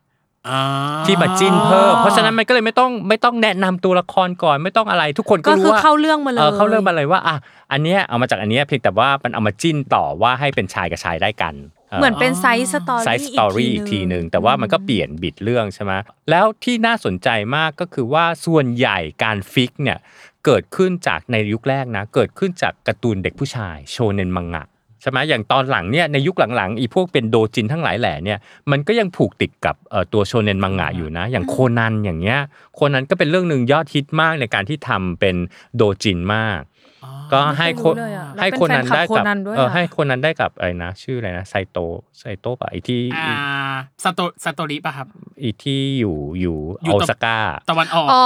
อ่า ที่มาจิ้นเพิ่ม เพราะฉะนั้นมันก็เลยไม่ต้องไม่ต้องแนะนำตัวละครก่อนไม่ต้องอะไรทุกคนก็ ก็ รู้ คือ ว่า เข้าเรื่องมาเลย ออเข้าเรื่องมาเลยว่าอ่ะอันเนี้ยเอามาจากอันเนี้ยเพียงแต่ว่ามันเอามาจิ้นต่อว่าให้เป็นชายกับชายได้กัน เหมือนเป็นไซส์สตอรี่ ไซส์สตอรี่อีกทีหนึ่งแต่ว่ามันก็เปลี่ยนบิดเรื่องใช่ไหมแล้วที่น่าสนใจมากก็คือว่าส่วนใหญ่การฟิกเนี่ยเกิดขึ้นจากในยุคแรกนะ เกิดขึ้นจากการ์ตูนเด็กผู้ชายโชเนนมังงะใช่ไหมอย่างตอนหลังเนี่ยในยุคหลังๆอีพวกเป็นโดจินทั้งหลายแหล่เนี่ยมันก็ยังผูกติดกับเอ่อตัวโชเนนมังงะอยู่นะ อย่างโคนันอย่างเงี้ยโคนันก็เป็นเรื่องหนึ่งยอดฮิตมากในการที่ทำเป็นโดจินมาก อ๋อ ก็ให้คน ไม่รู้เลยอะ ให้คนนั้นได้ แล้วเป็นแฟนคลับ กั โค บ นันด้วย เออ อะ ให้คนนั้นได้กับอะไรนะ ชื่ออะไรนะไซโตไซโตป่ะไอที่ อ่าสโตสโตริป่ะครับ ไอที่อยู่อยู่ อยู่ โอ ตรง ซาก้า ตะวันออก อ๋อ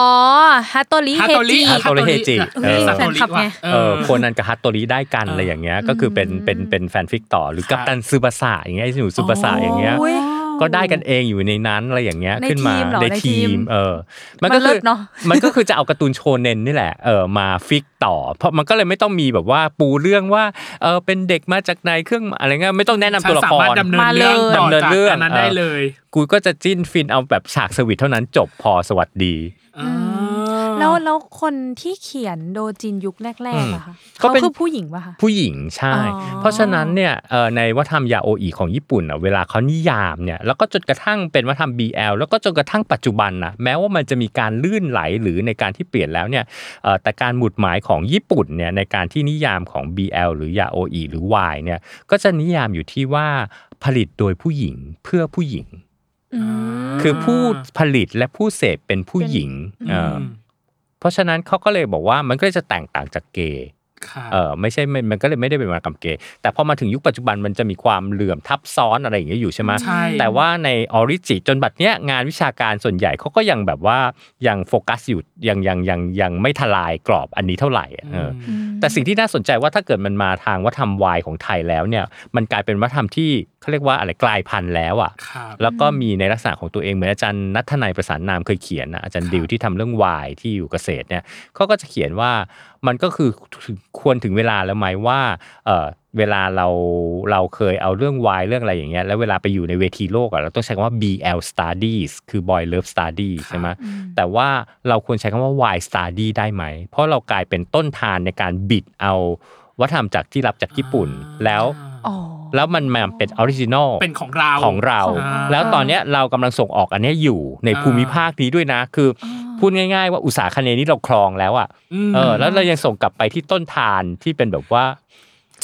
ฮัตโตริ ฮา เฮ โตริ จิ ฮาโตริเฮจิ เออ เออ สโตริ แฟนคลับไง ว่ะเอ เออ อ คนนั้นกับฮัตโตริได้กัน เอออ อะไรอย่างเงี้ยก็คือเป็นเป็นเป็นแฟนฟิกต่อหรือ ครั กับ ปตันซูบาสะอย่างเงี้ยไอ้หนูซูบาสะ อ๋อ อ อ ย่างเงี้ย อุ๊ย ก็ได้กันเองอยู่ในนั้นอะไรอย่างเงี้ย ใน ขึ้นมา ทีมเหรอ ใน ใน ที ที ม ม เออ มัน ก็ เลิ คือ ศเนอะ มันก็คือจะ เอาการ์ตูนโชเนนนี่แหละเออมาฟิกต่อ เพราะมันก็เลยไม่ต้องมีแบบว่าปูเรื่องว่าเออเป็นเด็กมาจากไหนเครื่องอะไรเงี้ยไม่ต้องแนะนำ ฉั ตั น วละ สา คร มารถดำเนิน มาเล เรื่ ย องต่อ ดำเนิน จาก เรื่อง อันนั้น เออ ได้เลย กูก็จะจิ้นฟินเอาแบบฉากสวิตเท่านั้นจบพอสวัสดี อ่า แล้วแล้วคนที่เขียนโดจินยุคแรกๆอะค่ะ ก็ เขา เป็น คือผู้หญิงป่ะคะ ผู้หญิงใช่ อ๋อ เพราะฉะนั้นเนี่ยเอ่อในวัฒนธรรมยาโออีของญี่ปุ่นอ่ะเวลาเขานิยามเนี่ยแล้วก็จนกระทั่งเป็นวัฒนธรรม BL แล้วก็จนกระทั่งปัจจุบันนะแม้ว่ามันจะมีการลื่นไหลหรือในการที่เปลี่ยนแล้วเนี่ยเอ่อแต่การหมุดหมายของญี่ปุ่นเนี่ยในการที่นิยามของ BL หรือยาโออีหรือ Y เนี่ยก็จะนิยามอยู่ที่ว่าผลิตโดยผู้หญิงเพื่อผู้หญิง อืม คือผู้ผลิตและผู้เสพเป็นผู้หญิงเอ่ออเพราะฉะนั้นเขาก็เลยบอกว่ามันก็เลยจะแตกต่างจากเกย์ ครับ เออไม่ใช่มันมันก็เลยไม่ได้เป็นวรรณกรรมเกย์แต่พอมาถึงยุคปัจจุบันมันจะมีความเหลื่อมทับซ้อนอะไรอย่างเงี้ยอยู่ใช่ไหม ใช่ แต่ว่าในออริจิจนบัดเนี้ยงานวิชาการส่วนใหญ่เขาก็ยังแบบว่ายังโฟกัสอยู่ยังยังยังยังไม่ทลายกรอบอันนี้เท่าไหร่อะเอออ อืม แต่สิ่งที่น่าสนใจว่าถ้าเกิดมันมาทางวัฒนธรรมวายของไทยแล้วเนี่ยมันกลายเป็นวัฒนธรรมที่เขาเรียกว่าอะไรกลายพันธุ์แล้วอ่ะ ครับ แล้วก็มีในลักษณะของตัวเองเหมือนอาจารย์นัทนายประสานนามเคยเขียนนะอาจารย์ดิวที่ทำเรื่องวายที่อยู่เกษตรเนี่ยเขาก็จะเขียนว่ามันก็คือควรถึงเวลาแล้วไหมว่าเอ่อเวลาเราเราเคยเอาเรื่องวายเรื่องอะไรอย่างเงี้ยแล้วเวลาไปอยู่ในเวทีโลกอะเราต้องใช้คำว่า BL studies คือ boy love study ใช่ไหมแต่ว่าเราควรใช้คำว่า y study ได้ไหม เพราะเรากลายเป็นต้นทานในการบิดเอาวัฒนธรรมจากที่รับจากญี่ปุ่นแล้ว อ๋อ แล้วมันมาเป็นออริจินอล เป็นของเรา ของเรา อ่า แล้วตอนเนี้ยเรากำลังส่งออกอันเนี้ยอยู่ใน อ่า ภูมิภาคนี้ด้วยนะ คืออพูดง่าย ๆ ว่าอุตสาคเนนี้เราครองแล้วอ่ะ ม เออแล้วเรายังส่งกลับไปที่ต้นทานที่เป็นแบบว่า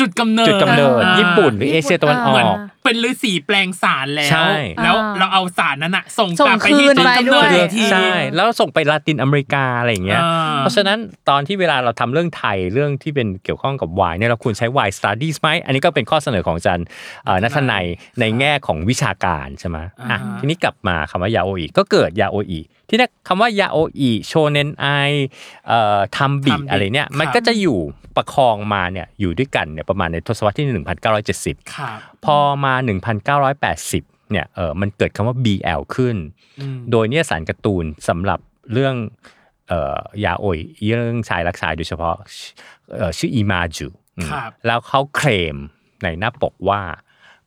จุดกำเนิด จุดกำเนิด อ่า ญี่ปุ่นหรือเอเชียตะวันอ เหมือน อก เป็นฤาษีแปลงสารแล้ว ใช่ แล้ว อ่า เราเอาสารนั้นอะส่ง ส่ กลับ ง ไป คื ที่ น ต้นกำเนิด ไปด้วย ที ใช่แล้วส่งไปลาตินอเมริกาอะไรอย่างเงี้ย อ่า เพราะฉะนั้นตอนที่เวลาเราทำเรื่องไทยเรื่องที่เป็นเกี่ยวข้องกับวายเนี่ยเราควรใช้วายสต u d ดี้ไหมอันนี้ก็เป็นข้อเสนอของอาจารย์เอ่อนัทนัยในแง่ของวิชาการใช่ไหม อ่า อ่ะ ฮะ ทีนี้กลับมาคำว่ายาโออีก็เกิดยาโออีที่นี่คำว่ายาโออีโชเนนไอเอ่อทำบีอะไรเนี่ยมันก็จะอยู่ประคองมาเนี่ยอยู่ด้วยกันเนี่ยประมาณในทศวรรษที่ 1970 ครับ พอมา 1980 เนี่ย เออมันเกิดคำว่า BL ขึ้น อืม โดยเนี่ยสารการ์ตูนสำหรับเรื่อง เอ่อยาโอยเรื่องชายรักชายโดยเฉพาะเอ่อชื่ออีมาจูอืม ครับ แล้วเขาเคลมในหน้าปกว่า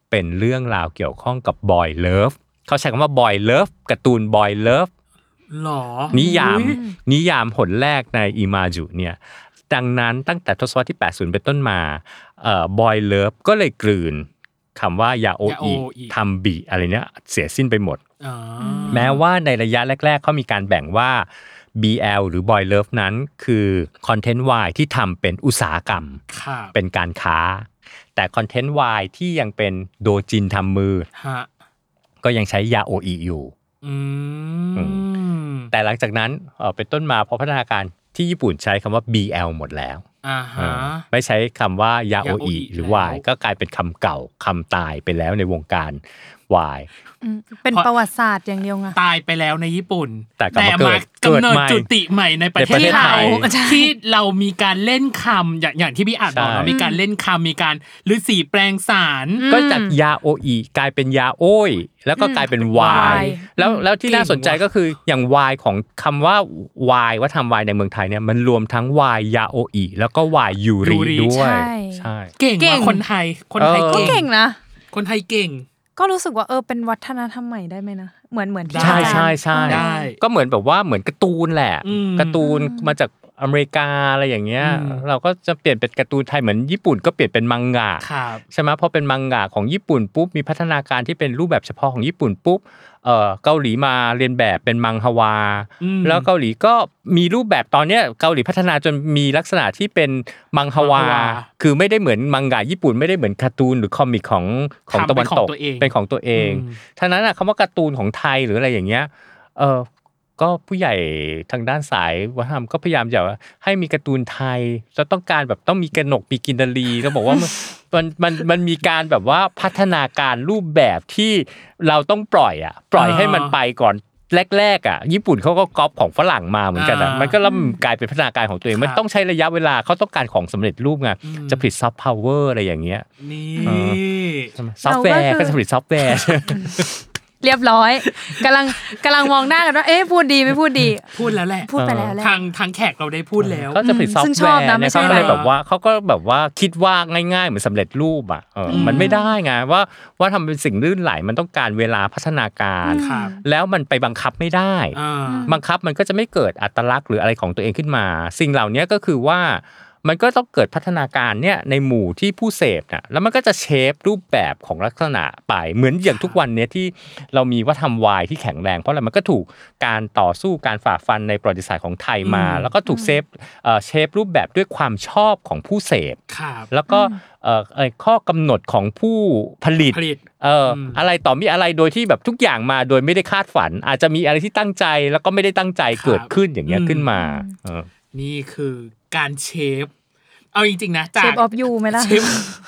เป็นเรื่องราวเกี่ยวข้องกับบอยเลิฟเขาใช้คำว่าบอยเลิฟการ์ตูนบอยเลิฟ หรอ นิยามนิยามผลแรกในอิมาจุเนี่ยดังนั้นตั้งแต่ทศวรรษที่ 80 เป็นต้นมาบอยเลิฟก็เลยกลืนคำว่ายาโออี yaoi ทำบีอะไรเนี่ยเสียสิ้นไปหมด อ่า แม้ว่าในระยะแรก ๆเขามีการแบ่งว่า BL หรือ Boy Love นั้นคือคอนเทนต์วายที่ทำเป็นอุตสาหกรรม ครับ เป็นการค้า แต่คอนเทนต์วายที่ยังเป็นโดจินทำมือ ฮะ ก็ยังใช้ยาโออีอยู่ อื อื ม แต่หลังจากนั้นเอ่อเป็นต้นมาพอพัฒนาการที่ญี่ปุ่นใช้คำว่า BL หมดแล้ว อ่าฮะ ไม่ใช้คำว่า ยาโอ yaoi อิหรือ แล้ว วายก็กลายเป็นคำเก่าคำตายไปแล้วในวงการวาย อืมเป็น เพราะ ประวัติศาสตร์อย่างเดียวไง ตายไปแล้วในญี่ปุ่น แต่กลับมาเกิด กำเนิด เกิดใหม่ จุติใหม่ในประเท ในประ ศ เทศ ไท ไท ย ย ที่เรามีการเล่นคำอย่างอย่างที่พี่อาจบอก ใช่ เนาะมีการเล่นคำมีการฤาษีแปลงสาร อืม ก็จากยาโออิกลายเป็นยาโอ้ยแล้วก็กลายเป็นวา Y ยแล้วแล้วที่น่าสนใจ เก่งว่ะ ก็คืออย่างวายของคำว่าวายว่าทำวายในเมืองไทยเนี่ยมันรวมทั้งวายยาโออิแล้วก็วายยูริด้วย ใช่ ใช่ เก่ง เก่ ว่ะ ง คนไทย คนไทย ก็เก่ เก่ งนะ คนไทยเก่ง ก็รู้สึกว่าเออเป็นวัฒนธรรมใหม่ได้ไหมนะ เหมือนเหมือนที่ ใช่ ใช่ อาจารย์ ใช่ใช่ ได้ ก็เหมือนแบบว่าเหมือนการ์ตูนแหละ อืม การ์ตูนมาจากอเมริกาอะไรอย่างเงี้ย อืม เราก็จะเปลี่ยนเป็นการ์ตูนไทยเหมือนญี่ปุ่นก็เปลี่ยนเป็นมังงะ ครับ ใช่ไหมพอเป็นมังงะของญี่ปุ่นปุ๊บมีพัฒนาการที่เป็นรูปแบบเฉพาะของญี่ปุ่นปุ๊บเอ่อเกาหลีมาเรียนแบบเป็นมังฮวา อืม แล้วเกาหลีก็มีรูปแบบตอนเนี้ยเกาหลีพัฒนาจนมีลักษณะที่เป็นมังฮวา มังฮวา คือไม่ได้เหมือนมังงะญี่ปุ่นไม่ได้เหมือนการ์ตูนหรือคอมิกของของ ทำเป็น ตะวัน ของ ตก ตัวเอง เป็นของตัวเอง อืม ท่านั้นน่ะคำว่าการ์ตูนของไทยหรืออะไรอย่างเงี้ยเออก็ผู้ใหญ่ทางด้านสายวัฒนธรรมก็พยายามจะให้มีการ์ตูนไทยจะต้องการแบบต้องมีกระหนกมีกินดารีก็บอกว่ามัน มันมันมันมีการแบบว่าพัฒนาการรูปแบบที่เราต้องปล่อยอ่ะ ปล่อยให้มันไปก่อนแรกๆอ่ะญี่ปุ่นเขาก็ก๊อปของฝรั่งมาเหมือนกันนะ อ่ามั มันก็เริ่มกลายเป็นพัฒนาการของตัวเอคงรับ มันต้องใช้ระยะเวลาเขาต้องการของสำเร็จรูปไง อืม จะผลิตซอฟต์พาวเวอร์อะไรอย่างเงี้ย นี่ ซอฟต์แวร์ก็จะผลิตซอฟต์แวร์ เรียบร้อยกำลังกำลังมองหน้ากันว่าเอ๊ะพูดดีไม่พูดดี พูดแล้วแหละ พูดไปแล้วแหละ ทางทางแขกเราได้พูดแล้ว เขาจะผลิตซอฟ ซึ่ง ต์ ช แว อบ ร์ นะไม่ เนี่ย ใช่ เขาก็อะเลยไร แบบว่าเขาก็แบบว่าคิดว่าง่ายๆ เหมือนสำเร็จรูปอ่ะเอออ ม มันไม่ได้ไงว่าว่าทำเป็นสิ่งลื่นไหลมันต้องการเวลาพัฒนาการ ครับ แล้วมันไปบังคับไม่ได้ อ่า บังคับมันก็จะไม่เกิดอัตลักษณ์หรืออะไรของตัวเองขึ้นมา สิ่งเหล่านี้ก็คือว่ามันก็ต้องเกิดพัฒนาการเนี่ยในหมู่ที่ผู้เสพน่ะแล้วมันก็จะเชฟรูปแบบของลักษณะไปเหมือนอย่างทุกวันเนี้ยที่เรามีวัฒนธรรมวายที่แข็งแรงเพราะอะไรมันก็ถูกการต่อสู้การฝ่าฟันในประวัติศาสตร์ของไทยมา อืม แล้วก็ถูกเซฟเอ่อเชฟรูปแบบด้วยความชอบของผู้เสพ ครับ แล้วก็เอ่อเอ่อข้อกำหนดของผู้ผลิต ผลิต เอออ ม อะไรต่อมีอะไรโดยที่แบบทุกอย่างมาโดยไม่ได้คาดฝัน อาจจะมีอะไรที่ตั้งใจแล้วก็ไม่ได้ตั้งใจ ครับ เกิดขึ้นอย่างเงี้ย อืม ขึ้นมาเออ นี่คือการเชฟ เอาจริงๆนะจาก เชฟออฟยูไหมล่ะ เชฟ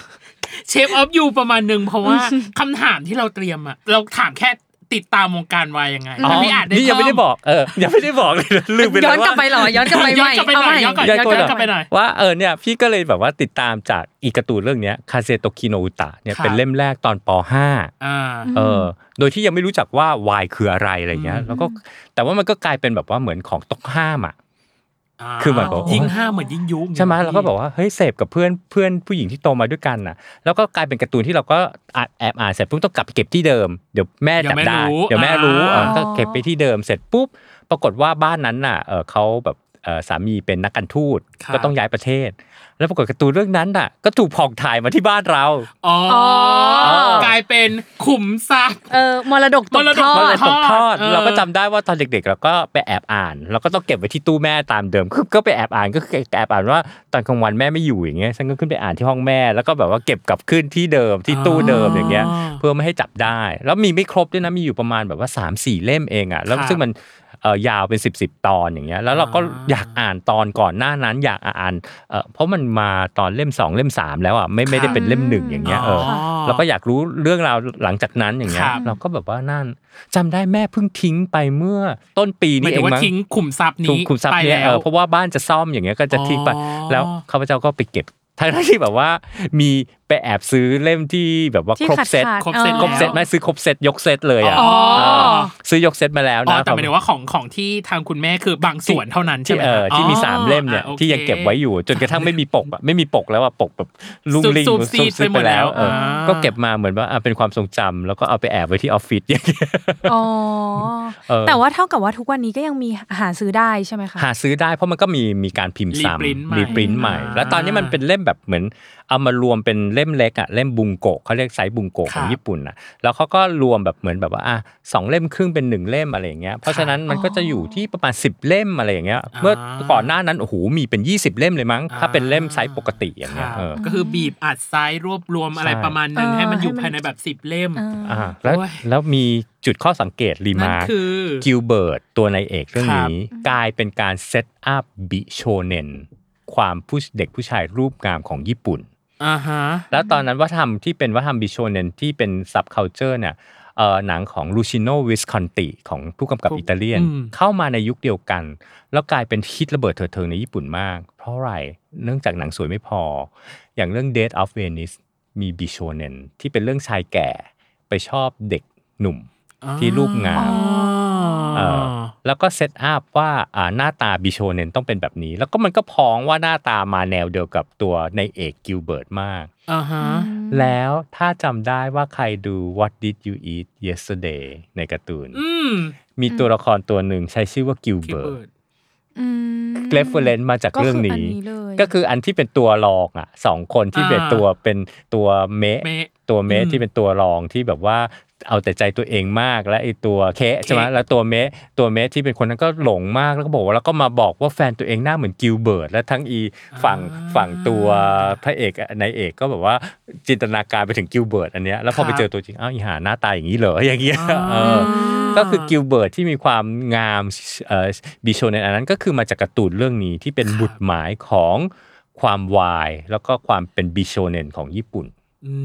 เชฟออฟยูประมาณหนึ่งเพราะว่าคำถามที่เราเตรียมอะเราถามแค่ติดตามวงการวายยังไง อ๋อ แต่พี่อาจได้ นี่ยังไม่ได้ เพิ่ บอกเออยังไม่ได้บอกเลย นะลืมไป ย้ แล้ อ วน กลั ว่า บไปเหรอย้อนกลับไปให ย้อ ม่ นกลับไปหน่อยย้อนกลับ เาใหม่ ย้อนกลับไปหน่อย ว่าเออเนี่ยพี่ก็เลยแบบว่าติดตามจากอีการ์ตูนเรื่องเนี้คาเซโตคิโนอุตะเนี่ย ครับ เป็นเล่มแรกตอนป .5 อ่า เออโดยที่ยังไม่รู้จักว่าวายคืออะไรอะไรเงี้ยแล้วก็แต่ว่ามันก็กลายเป็นแบบว่าเหมือนของต้องห้ามอ่ะ คือเหมือนกับ ยิ่งห้ามเหมือนยิ่งยุ ใช่ไหมเราก็บอกว่าเฮ้ยเสพกับเพื่อนเพื่อนผู้หญิงที่โตมาด้วยกันน่ะ แล้วก็กลายเป็นการ์ตูนที่เราก็อ่ะแอบอ่านเสร็จปุ๊บต้องกลับไปเก็บที่เดิมเดี๋ยวแม่จับได้ เดี๋ยวแม่รู้อ่ะก็เก็บไปที่เดิมเสร็จปุ๊บปรากฏว่าบ้านนั้นน่ะเออเขาแบบเอ่อสามีเป็นนักการทูตก็ต้องย้ายประเทศ แล้วปรากฏการ์ตูนเรื่องนั้นน่ะก็ถูกผ่องถ่ายมาที่บ้านเรา อ๋อ อ๋อ กลายเป็นขุมทรัพย์ เออมรดกตก มร ท ดก อ ก็เล ด ยตกทอด เออ เราก็จำได้ว่าตอนเด็กๆเราก็ไปแอบอ่าน แล้วก็ต้องเก็บไว้ที่ตู้แม่ตามเดิมคือก็ไปแอบอ่านก็คือแอบอ่านว่าตอนกลางวันแม่ไม่อยู่อย่างเงี้ยฉันก็ขึ้นไปอ่านที่ห้องแม่ แล้วก็แบบว่าเก็บกลับขึ้นที่เดิมที่ตู้เดิมอย่างเงี้ย เพื่อไม่ให้จับได้ แล้วมีไม่ครบด้วยนะมีอยู่ประมาณแบบว่า 3 4 เล่มเองอ่ะแล้ว ครับ ซึ่งมันเอ่อยาวเป็น 10บสตอนอย่างเงี้ยแล้วเราก็ อ่า อยากอ่านตอนก่อนหน้านั้นอยากอ่านเอ่อเพราะมันมาตอนเล่ม 2 เล่ม 3 แล้วอ่ะไม่ไม่ได้เป็นเล่มหนึ่งอย่างเงี้ยเออ อ๋อ เราก็อยากรู้เรื่องราวหลังจากนั้นอย่างเงี้ ค ย รับ เราก็แบบว่านั่นจำได้แม่เพิ่งทิ้งไปเมื่อต้นปี หมาย นี่เอ ถึง ง ว่า มั้ง ทิ้งขุมทรัพย์ ถูก นี้ คุมทรัพ ไป ย์เนี่ย แล้ เอ ว อเพราะว่าบ้านจะซ่อมอย่างเงี้ยก็จะทิ้งไป อ๋อ แล้วข้าพเจ้าก็ไปเก็บทั้งๆที่แบบว่ามีไปแอบซื้อเล่มที่แบบว่า ที่ ครบ ขาด เซต ขาด ครบเซ็ต ออ ครบเซตไหมซื้อครบเซตยกเซตเลยอ่ะ อ๋ออา ซื้อยกเซตมาแล้ว อ๋อ นะ แต่หมายถึงว่าของของที่ทางคุณแม่คือบางส่วนเท่านั้นใช่ ที่ ไหม เออที่มีสามเล่มเนี่ย อ่ะโอค ที่ยังเก็บไว้อยู่จนกระทั่งไม่มีปกอะไม่มีปกแล้วอ่ะปกแบบลุงลิง ซูบซีดไปหมดแล้ว เอออา ก็เก็บมาเหมือนว่าอ่ะเป็นความทรงจำแล้วก็เอาไปแอบไว้ที่ออฟฟิศอย่างเงี้ย อ๋อ เออ แต่ว่าเท่ากับว่าทุกวันนี้ก็ยังมีหาซื้อได้ใช่ไหมคะ หาซื้อได้เพราะมันก็มีมีการพิมพ์ซ้ำ Reprint ใหม่ Reprint ใหม่ แล้วตอนนี้มันเป็นเล่มแบบเหมือนเอามารวมเป็นเล่มเล็กอ่ะเล่มบุงโกะเขาเรียกไซส์บุงคโกะข รับ องญี่ปุ่นอ่ะแล้วเขาก็รวมแบบเหมือนแบบว่าอ่ะสองเล่มครึ่งเป็นหนึ่งเล่มอะไรอย่างเงี้ยเพราะฉะนั้นมันก็จะอยู่ที่ประมาณ 10 เล่มอะไรอย่างเงี้ยเมื่อก่อนหน้านั้นโอ้โหมีเป็น 20 เล่มเลยมั้ง อ่า ถ้าเป็นเล่มไซส์ปกติอย่างเงี้ย ครับ เออ ก็คือบีบอัดไซส์รวบรวมอะไร ใช่ ประมาณหนึ่ง เออ ให้มันอยู่ภาให้มันยในแบบสิบเล่ม เอออ อ่าแล้ว โอ้ย แล้วมีจุดข้อสังเกตรี นั่น มาร์ค คือ กิลเบิร์ตตัวนายเอกเรื่องนี้กลายเป็นการเซตอัพบิโชเนนความผู้เด็กผู้ชายรูปงามของญี่ปุ่น อ่าฮะ แล้วตอนนั้นวัฒนธรรมที่เป็นวัฒนธรรมบิโชเนนที่เป็นซับเคาเจอร์เนี่ยเอ่อหนังของลูชิโนวิสคอนติของผู้กำกับ ผู้ อิตาเลียน อืม เข้ามาในยุคเดียวกัน แล้วกลายเป็นฮิตระเบิดเถิดเทิงในญี่ปุ่นมาก เพราะอะไรเนื่องจากหนังสวยไม่พอ อย่างเรื่อง Date of Venice มีบิโชเนนที่เป็นเรื่องชายแก่ไปชอบเด็กหนุ่ม ที่รูปงาม เอ่อแล้วก็เซตอัพว่าอ่าหน้าตาบิโชเนนต้องเป็นแบบนี้ แล้วก็มันก็พ้องว่าหน้าตามาแนวเดียวกับตัวในเอกกิลเบิร์ตมาก อ่าฮะ แล้วถ้าจำได้ว่าใครดู What Did You Eat Yesterday ในการ์ตูน อืม มีตัวละครตัวหนึ่งใช้ชื่อว่ากิล คิด เบิร์ เปิ ต ด อืม เกรฟเฟรนมาจากเรื่อง ก็คืนนี้นี้เลย ก็คืออันที่เป็นตัวรองอ่ะสองคนที่เป็น อ่า ตัวเป็นตัวเมะ เมะ ตัวเมะ อืม ที่เป็นตัวรองที่แบบว่าเอาแต่ใจตัวเองมากและไอตัวเคะใช่ไหม เคะ แล้วตัวเมะตัวเมะที่เป็นคนนั้นก็หลงมากแล้วก็บอกว่าแล้วก็มาบอกว่าแฟนตัวเองหน้าเหมือนกิลเบิร์ตและทั้งอีฝั่งฝั่งตัวพระเอกนายเอกก็แบบว่าจินตนาการไปถึงกิลเบิร์ตอันเนี้ยแล้วพอไปเจอตัวจริงอ้าวอีหาหน้าตาอย่างนี้เหรอ อย่างเงี้ยเออ ก็คือกิลเบิร์ตที่มีความงามเอ่อบิโชในอันนั้นก็คือมาจากการ์ตูนเรื่องนี้ที่เป็นบุตรหมายของความวาย แล้วก็ความเป็นบิโชเนนของญี่ปุ่น อื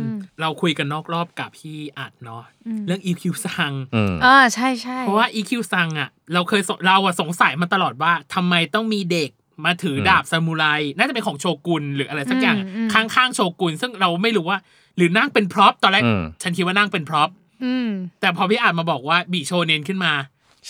มเราคุยกันนอกรอบกับพี่อัดเนาะเรื่อง EQ ซัง อืม อ่าใช่ใช่ เพราะว่า EQ ซังอะเราเคยสเราอะสงสัยมาตลอดว่าทำไมต้องมีเด็กมาถืออ ม ดาบซามูไรน่าจะเป็นของโชกุนหรืออะไรสักอย่างข้างๆโชกุนซึ่งเราไม่รู้ว่า หรือนั่งเป็นพร็อพตอนแรก อืม ฉันคิดว่านั่งเป็นพร็อพ อืม แต่พอพี่อ่านมาบอกว่าบีโชเนนขึ้นมา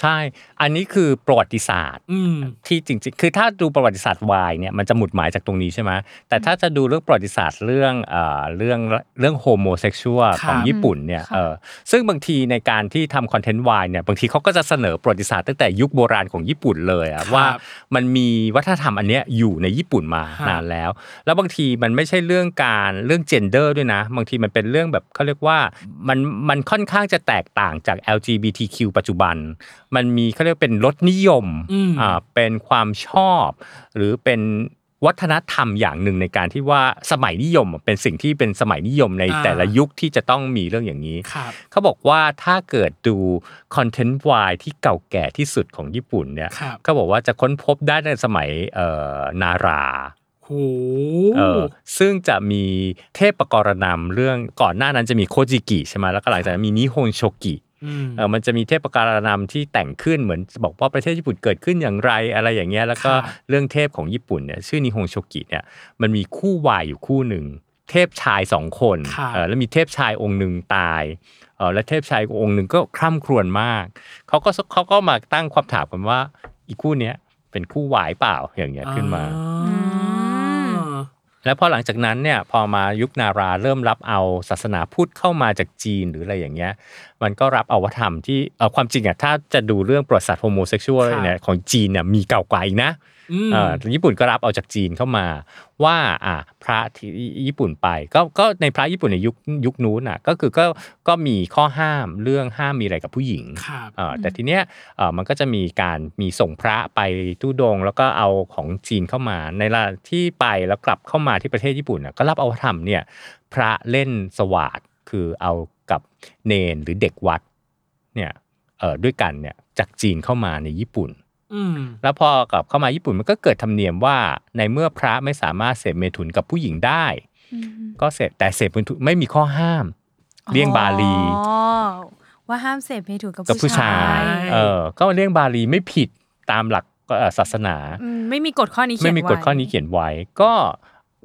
ใช่ อันนี้คือประวัติศาสตร์ อืม ที่จริงๆ คือถ้าดูประวัติศาสตร์วายเนี่ยมันจะหมุดหมายจากตรงนี้ใช่ไหมแต่ถ้าจะดูเรื่องประวัติศาสตร์เรื่องเอ่อเรื่องเรื่องโฮโมเซ็กชวล ครั ข บ องญี่ปุ่นเนี่ย ค่ะ เออซึ่งบางทีในการที่ทำคอนเทนต์วายเนี่ยบางทีเขาก็จะเสนอประวัติศาสตร์ตั้งแต่ยุคโบราณของญี่ปุ่นเลยอะว่ามันมีวัฒนธรรมอันเนี้ยอยู่ในญี่ปุ่นมา ครับ นานแล้ว แล้วบางทีมันไม่ใช่เรื่องการเรื่องเจนเดอร์ด้วยนะ บางทีมันเป็นเรื่องแบบเขาเรียกว่ามันมันค่อนข้างจะแตกต่างจาก LGBTQ ปัจจุบัน มันมีเขาเรียกเป็นรสนิยม อืม อ่าเป็นความชอบ หรือเป็นวัฒนธรรมอย่างหนึ่งในการที่ว่าสมัยนิยมอ่ะเป็นสิ่งที่เป็นสมัยนิยมใน อ่า แต่ละยุคที่จะต้องมีเรื่องอย่างนี้ ครับ เขาบอกว่าถ้าเกิดดูคอนเทนต์วายที่เก่าแก่ที่สุดของญี่ปุ่นเนี่ย ครับ เขาบอกว่าจะค้นพบได้ในสมัยเอ่อนารา โห เอ่อซึ่งจะมีเทพประกรณำเรื่องก่อนหน้านั้นจะมีโคจิกิใช่ไหมแล้วก็หลังจากนั้นมีนิโฮนโชกิ ม เออมันจะมีเทพการนามที่แต่งขึ้นเหมือนบอกว่าประเทศญี่ปุ่นเกิดขึ้นอย่างไรอะไรอย่างเงี้ยแล้วก็ ครับ เรื่องเทพของญี่ปุ่นเนี่ยชื่อนิฮงโชกิเนี่ยมันมีคู่วายอยู่คู่หนึ่งเทพชายสองคน ครับ เออแล้วมีเทพชายองค์หนึ่งตายเออและเทพชายองค์หนึ่งก็คร่ำครวญมากเขาก็เขาก็มาตั้งความถามกันว่าอีกคู่เนี้ยเป็นคู่วายเปล่าอย่างเงี้ยขึ้นมา อืม แล้วพอหลังจากนั้นเนี่ยพอมายุคนาราเริ่มรับเอาศาสนาพุทธเข้ามาจากจีนหรืออะไรอย่างเงี้ยมันก็รับเอาวัฒนธรรมที่เออความจริงอ่ะถ้าจะดูเรื่องประวัติศาสตร์โฮโมเซ็กชวล ครับ เนี่ยของจีนเนี่ยมีเก่ากว่าอีกนะ อืม เออญี่ปุ่นก็รับเอาจากจีนเข้ามา ว่าอ่ะพระที่ญี่ปุ่นไปก็ก็ในพระญี่ปุ่นในยุคยุคนู้นอ่ะก็คือก็ก็มีข้อห้ามเรื่องห้ามมีอะไรกับผู้หญิง ครับ เอ่อแต่ทีเนี้ยเอ่อมันก็จะมีการมีส่งพระไปตู้ดง แล้วก็เอาของจีนเข้ามา ในเวลาที่ไปแล้วกลับเข้ามาที่ประเทศญี่ปุ่นน่ะก็รับเอาธรรมเนี่ยพระเล่นสวาดคือเอากับเนนหรือเด็กวัดเนี่ยเอ่อด้วยกันเนี่ยจากจีนเข้ามาในญี่ปุ่น อืม แล้วพอกลับเข้ามาญี่ปุ่นมันก็เกิดธรรมเนียมว่าในเมื่อพระไม่สามารถเสพเมถุนกับผู้หญิงได้ อืม ก็เสพแต่เสพเมถุนไม่มีข้อห้ามเลี่ยงบาลี อ๋อว่าห้ามเสพเมถุนกับ กับผู้ชาย ใช่ เออ ก็เรื่องบาลีไม่ผิดตามหลักเอ่อศาสนา อืมไม่มีกฎข้อนี้เขียน ไม่ ไว้ มีกฎข้อนี้เขียนไว้ ก็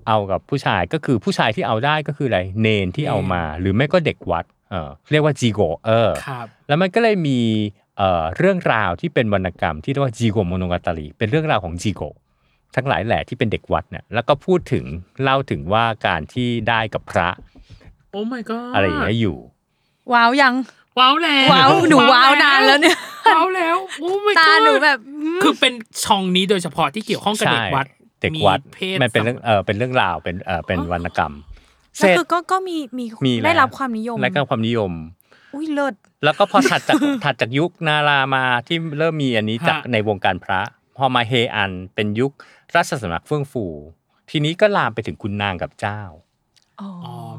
เอากับผู้ชายก็คือผู้ชายที่เอาได้ก็คืออะไร เนนที่เอามา หรือไม่ก็เด็กวัด เออเรียกว่าจีโกะเออ ครับ แล้วมันก็เลยมีเอ่อเรื่องราวที่เป็นวรรณกรรมที่เรียกว่าจีโกโมโนกาตารีเป็นเรื่องราวของจีโกทั้งหลายแหล่ที่เป็นเด็กวัดเนี่ยแล้วก็พูดถึงเล่าถึงว่าการที่ได้กับพระ โอ้ my god อะไรอย่างเงี้ยอยู่ ว้าวยัง ว้าวแล้ว ว้าวหนูว้าวนานแล้วเนี่ย ว้าวแล้ว โอ้ my god ตาหนูแบบ คือเป็นช่องนี้โดยเฉพาะที่เกี่ยวข้องกับเด็กวัด ใช่เด็กวัด มีเพศ มันเป็นเรื่องเออเป็นเรื่องราวเป็นเออเป็นวรรณกรรม แล้วคือก็ก็มีมี มีแล้ว ได้รับความนิยม และก็ความนิยม อุ้ยเลิศ แล้วก็พอถัดจาก ถัดจากยุคนารามาที่เริ่มมีอันนี้จาก ฮะ ในวงการพระ พอมาเฮอันเป็นยุคราชสำนักเฟื่องฟู ทีนี้ก็ลามไปถึงคุณนางกับเจ้า อ๋อ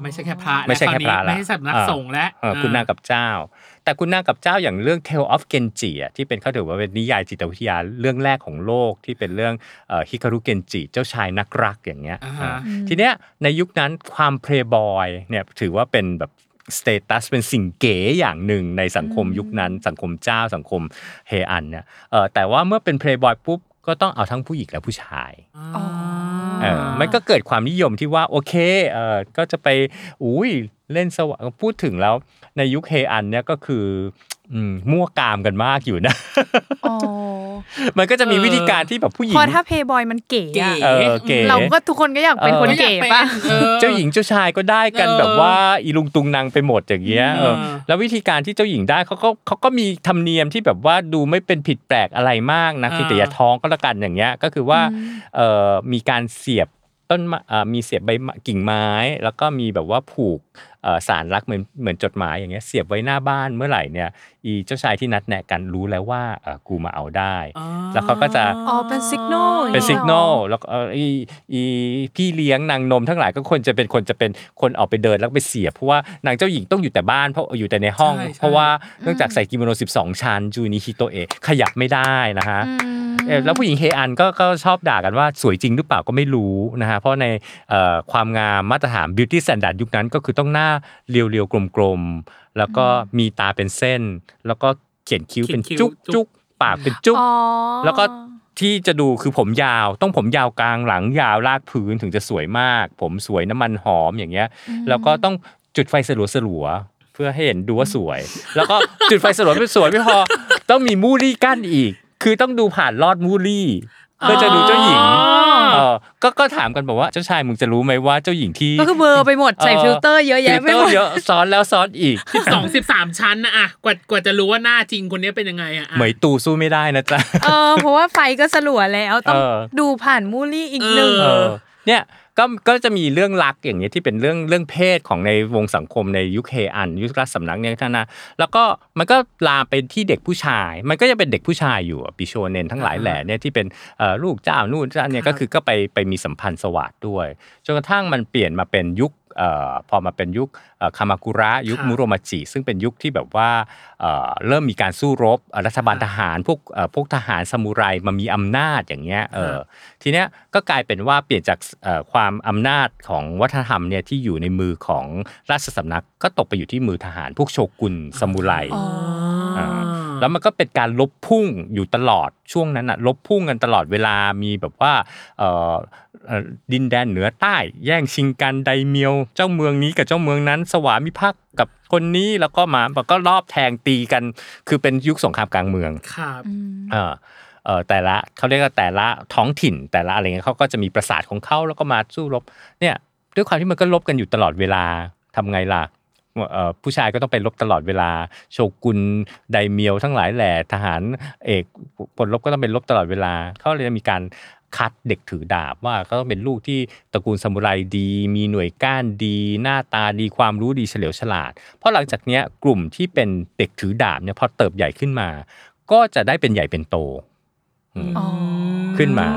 ไม่ใช่แค่พระล้ว ไม่ใช่แค่พระ าวนี้ ละ ไม่ใช่สำนัก เออ สงฆ์แล้ว เออคุณนางกับเจ้า แต่คุณนางกับเจ้าอย่างเรื่อง Tale of Genji อ่ะที่เป็นเขาถือว่าเป็นนิยายจิตวิทยาเรื่องแรกของโลกที่เป็นเรื่องฮิคารุเกนจิเจ้าชายนักรักอย่างเงี้ย อ่า อ่า ฮะ ทีเนี้ยในยุคนั้นความเพลย์บอยเนี่ยถือว่าเป็นแบบสเตตัสเป็นสิ่งเก๋อย่างหนึ่งในสังคม อืม ยุคนั้น สังคมเจ้าสังคมเฮอันเนี่ยเออแต่ว่าเมื่อเป็นเพลย์บอยปุ๊บก็ต้องเอาทั้งผู้หญิงและผู้ชาย อ๋อ เออมันก็เกิดความนิยมที่ว่าโอเคเออก็จะไปอุ้ยเล่นสว่างพูดถึงแล้วในยุคเฮอันเนี่ยก็คืออืมมั่วกามกันมากอยู่นะ อ๋อ มันก็จะมี เออ วิธีการที่แบบผู้หญิ พ ง อถ้าเพย์บอยมันเก๋ เก๋ อะ เออเก๋ เราก็ทุกคนก็อยากเป็น เออ คนเก๋ป่ะ ออ เจ้าหญิงเจ้าชายก็ได้กัน เออ แบบว่าอีลุงตุงนางไปหมดอย่างเงี้ยเออ เออ แล้ววิธีการที่เจ้าหญิงได้เขาก็เขาก็มีธรรมเนียมที่แบบว่าดูไม่เป็นผิดแปลกอะไรมากนะคือแต่อย่าท้องก็แล้วกันอย่างเงี้ยก็คือว่าเอ่อมีการเสียบต้นไม้เอ่อมีเสียบใบไม้กิ่งไม้ แล้วก็มีแบบว่าผูกเอ่อสารรักเหมือนเหมือนจดหมายอย่างเงี้ยเสียบไว้หน้าบ้านเมื่อไหร่เนี่ยอีเจ้าชายที่นัดแนะกันรู้แล้วว่าเอ่อกูมาเอาได้ อ๋อ แล้วเขาก็จะ อ๋อเป็น signal อย่างงี้ย เป็น อ๋อ สัญญาณแล้วก็เอ่ออีอีพี่เลี้ยงนางนมทั้งหลายก็ควรจะเป็นคนจะเป็นคนออกไปเดินแล้วไปเสียบเพราะว่านางเจ้าหญิงต้องอยู่แต่บ้านเพราะอยู่แต่ในห้อง ใช่ใช่ เพราะว่าเนื่องจากใส่กิโมโน 12 ชั้นจูนิฮิโตเอะขยับไม่ได้นะฮะเอ่อแล้วผู้หญิงเฮอันก็ก็ชอบด่ากันว่าสวยจริงหรือเปล่าก็ไม่รู้นะฮะเพราะในเอ่อความงามมาตรฐาน beauty standard ยุคนั้นก็คือต้องหน้าเรียวๆกลมๆแล้วก็มีตาเป็นเส้น แล้วก็เขียนคิ้วเป็น เขียนคิ้ว จุก จุ๊ จุ ก กปากเป็นจุก อ๋อ แล้วก็ที่จะดูคือผมยาวต้องผมยาวกลางหลังยาวลากพื้นถึงจะสวยมาก ผมสวยน้ำมันหอมอย่างเงี้ยแล้วก็ต้องจุดไฟสลัวสลัวๆ เพื่อให้เห็นดูว่าสวย แล้วก็จุดไฟสลวยไม่สวยไม่พอ ต้องมีมูรี่กั้นอีก คือต้องดูผ่านลอดมูรี่เพื่อจะดูเจ้าหญิง อ๋อ เออก็ก็ถามกันบอกว่าเจ้าชายมึงจะรู้ไหมว่าเจ้าหญิงที่ ก็คือเบลอร์ไปหมดใส่ฟิลเตอร์เยอะ ฟิ แยะ ล ไป เตอ หม ร์ ด เยอะซ้อนแล้วซ้อนอีก สิบสองสิบสามชั้นนะอะกว่ากว่าจะรู้ว่าหน้าจริงคนนี้เป็นยังไงอะอะ เหมยตูสู้ไม่ได้นะจ๊ะ เออเพราะว่าไฟก็สลัวแล้วต้อง เออ ดูผ่านมูลลี่อีกหนึ่ง เอ เออเนี่ยก็ก็จะมีเรื่องรักอย่างเงี้ยที่เป็นเรื่องเรื่องเพศของในวงสังคมในยุคเฮอันยุครัฐสำนักเนี่ยท่านนะแล้วก็มันก็ลามไปที่เด็กผู้ชาย มันก็จะเป็นเด็กผู้ชายอยู่อะปิโชเนนทั้งหลายแหล่เนี่ยที่เป็นเอ่อลูกเจ้านู่นเจ้าเนี่ยก็คือก็ไปไปมีสัมพันธ์สวัสดด้วยจนกระทั่งมันเปลี่ยนมาเป็นยุคเอ่อพอมาเป็นยุคเอ่อคามากุระยุค ค่ะ มุโรมาจิซึ่งเป็นยุคที่แบบว่าเอ่อเริ่มมีการสู้รบเอ่อรัฐบาล ค่ะ ทหารพวกเอ่อพวกทหารซามูไรมามีอำนาจอย่างเงี้ยเออ ค่ะ ทีเนี้ยก็กลายเป็นว่าเปลี่ยนจากเอ่อความอำนาจของวัฒนธรรมเนี่ยที่อยู่ในมือของราชสำนักก็ตกไปอยู่ที่มือทหารพวกโชกุนซามูไร อ๋อ อ่า แล้วมันก็เป็นการลบพุ่งอยู่ตลอดช่วงนั้นอะลบพุ่งกันตลอดเวลามีแบบว่าเอ่อเอ่อดินแดนเหนือใต้ แย่งชิงกันไดเมียว เจ้าเมืองนี้กับเจ้าเมืองนั้น สวามิภักดิ์กับคนนี้แล้วก็มามันก็รอบแทงตีกัน คือเป็นยุคสงครามกลางเมือง ครับ เออเออแต่ละเขาเรียกว่าแต่ละท้องถิ่นแต่ละอะไรเงี้ยเขาก็จะมีประสาทของเขาแล้วก็มาสู้รบเนี่ยด้วยความที่มันก็ลบกันอยู่ตลอดเวลาทำไงล่ะเอ่อผู้ชายก็ต้องไปลบตลอดเวลา โชกุนไดเมียวทั้งหลายแหล่ทหารเอกผลลบก็ต้องเป็นลบตลอดเวลาเขาเลยมีการคัดเด็กถือดาบว่าก็ต้องเป็นลูกที่ตระกูลซามูไรดี มีหน่วยก้านดี หน้าตาดีความรู้ดีเฉลียวฉลาด เพราะหลังจากเนี้ยกลุ่มที่เป็นเด็กถือดาบเนี่ยพอเติบใหญ่ขึ้นมา ก็จะได้เป็นใหญ่เป็นโตอืม อ๋อ ขึ้นมา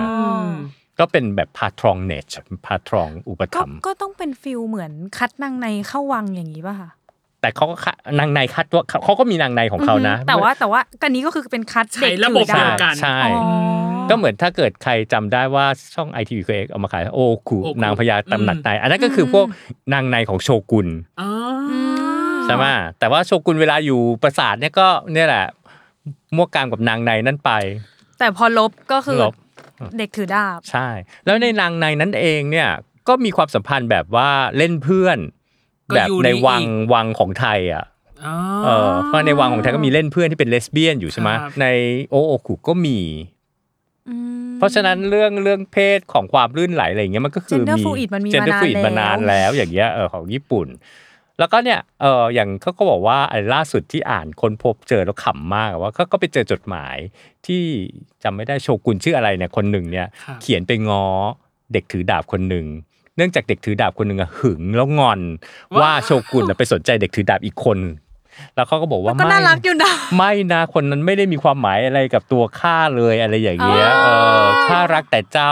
ก็เป็นแบบพาทรองเนชพาทรองอุป ก็ ถัมภ์ ก็ต้องเป็นฟิลเหมือนคัดนางในเข้าวังอย่างนี้ป่ะคะ แต่เขาก็ค่ะนางในคัดตัวเขาเขาก็มีนางในของเขานะ อืมแต่ว่าแต่ว่ากันนี้ก็คือเป็นคัดเด็ก ใช้ระบบ ถือเดีดาบ ยวกัน ใช่ อ๋อ ก็เหมือนถ้าเกิดใครจำได้ว่าช่องไอทีวีเคเอามาขายโอคุ โอคุ นางพญาตำหนักในอันนั้นก็คืออ ม พวกนางในของโชกุน อ๋อ ใช่ไหมแต่ว่าโชกุนเวลาอยู่ปราสาทเนี่ยก็เนี่ยแหละมั่วกามกับนางในนั่นไป แต่พอลบก็คือ ลบ เด็กถือดาบ ใช่ แล้วในนางในนั้นเองเนี่ยก็มีความสัมพันธ์แบบว่าเล่นเพื่อน แบบในวังวังของไทยอ่ะ อ๋อ เออเพราะในวังของไทยก็มีเล่นเพื่อนที่เป็นเลสเบี้ยนอยู่ใช่ไหม ครับ ในโอโอคุก็มี อืม เพราะฉะนั้นเรื่องเรื่องเพศของความลื่นไหลอะไรอย่างเงี้ยมันก็คือ Gender fluid มันมี เจนเดอร์ มานาน ฟลูอิแล้วดมานานแล้วอย่างเงี้ยเออของญี่ปุ่น แล้วก็เนี่ยเอออย่างเขาก็บอกว่าไอ้ล่าสุดที่อ่านคนพบเจอแล้วขำมากอะว่าเขาก็ไปเจอจดหมายที่จำไม่ได้โชกุนชื่ออะไรเนี่ยคนหนึ่งเนี่ย ครับ เขียนไปง้อเด็กถือดาบคนหนึ่งเนื่องจากเด็กถือดาบคนหนึ่งอะหึงแล้วงอนว่าโชกุนอะไปสนใจเด็กถือดาบอีกคน แล้วเขาก็บอกว่า ก็น่า ไม่ รักอยู่นะ ไม่นะคนนั้นไม่ได้มีความหมายอะไรกับตัวข้าเลยอะไรอย่างเงี้ย อ๋อ เออข้ารักแต่เจ้า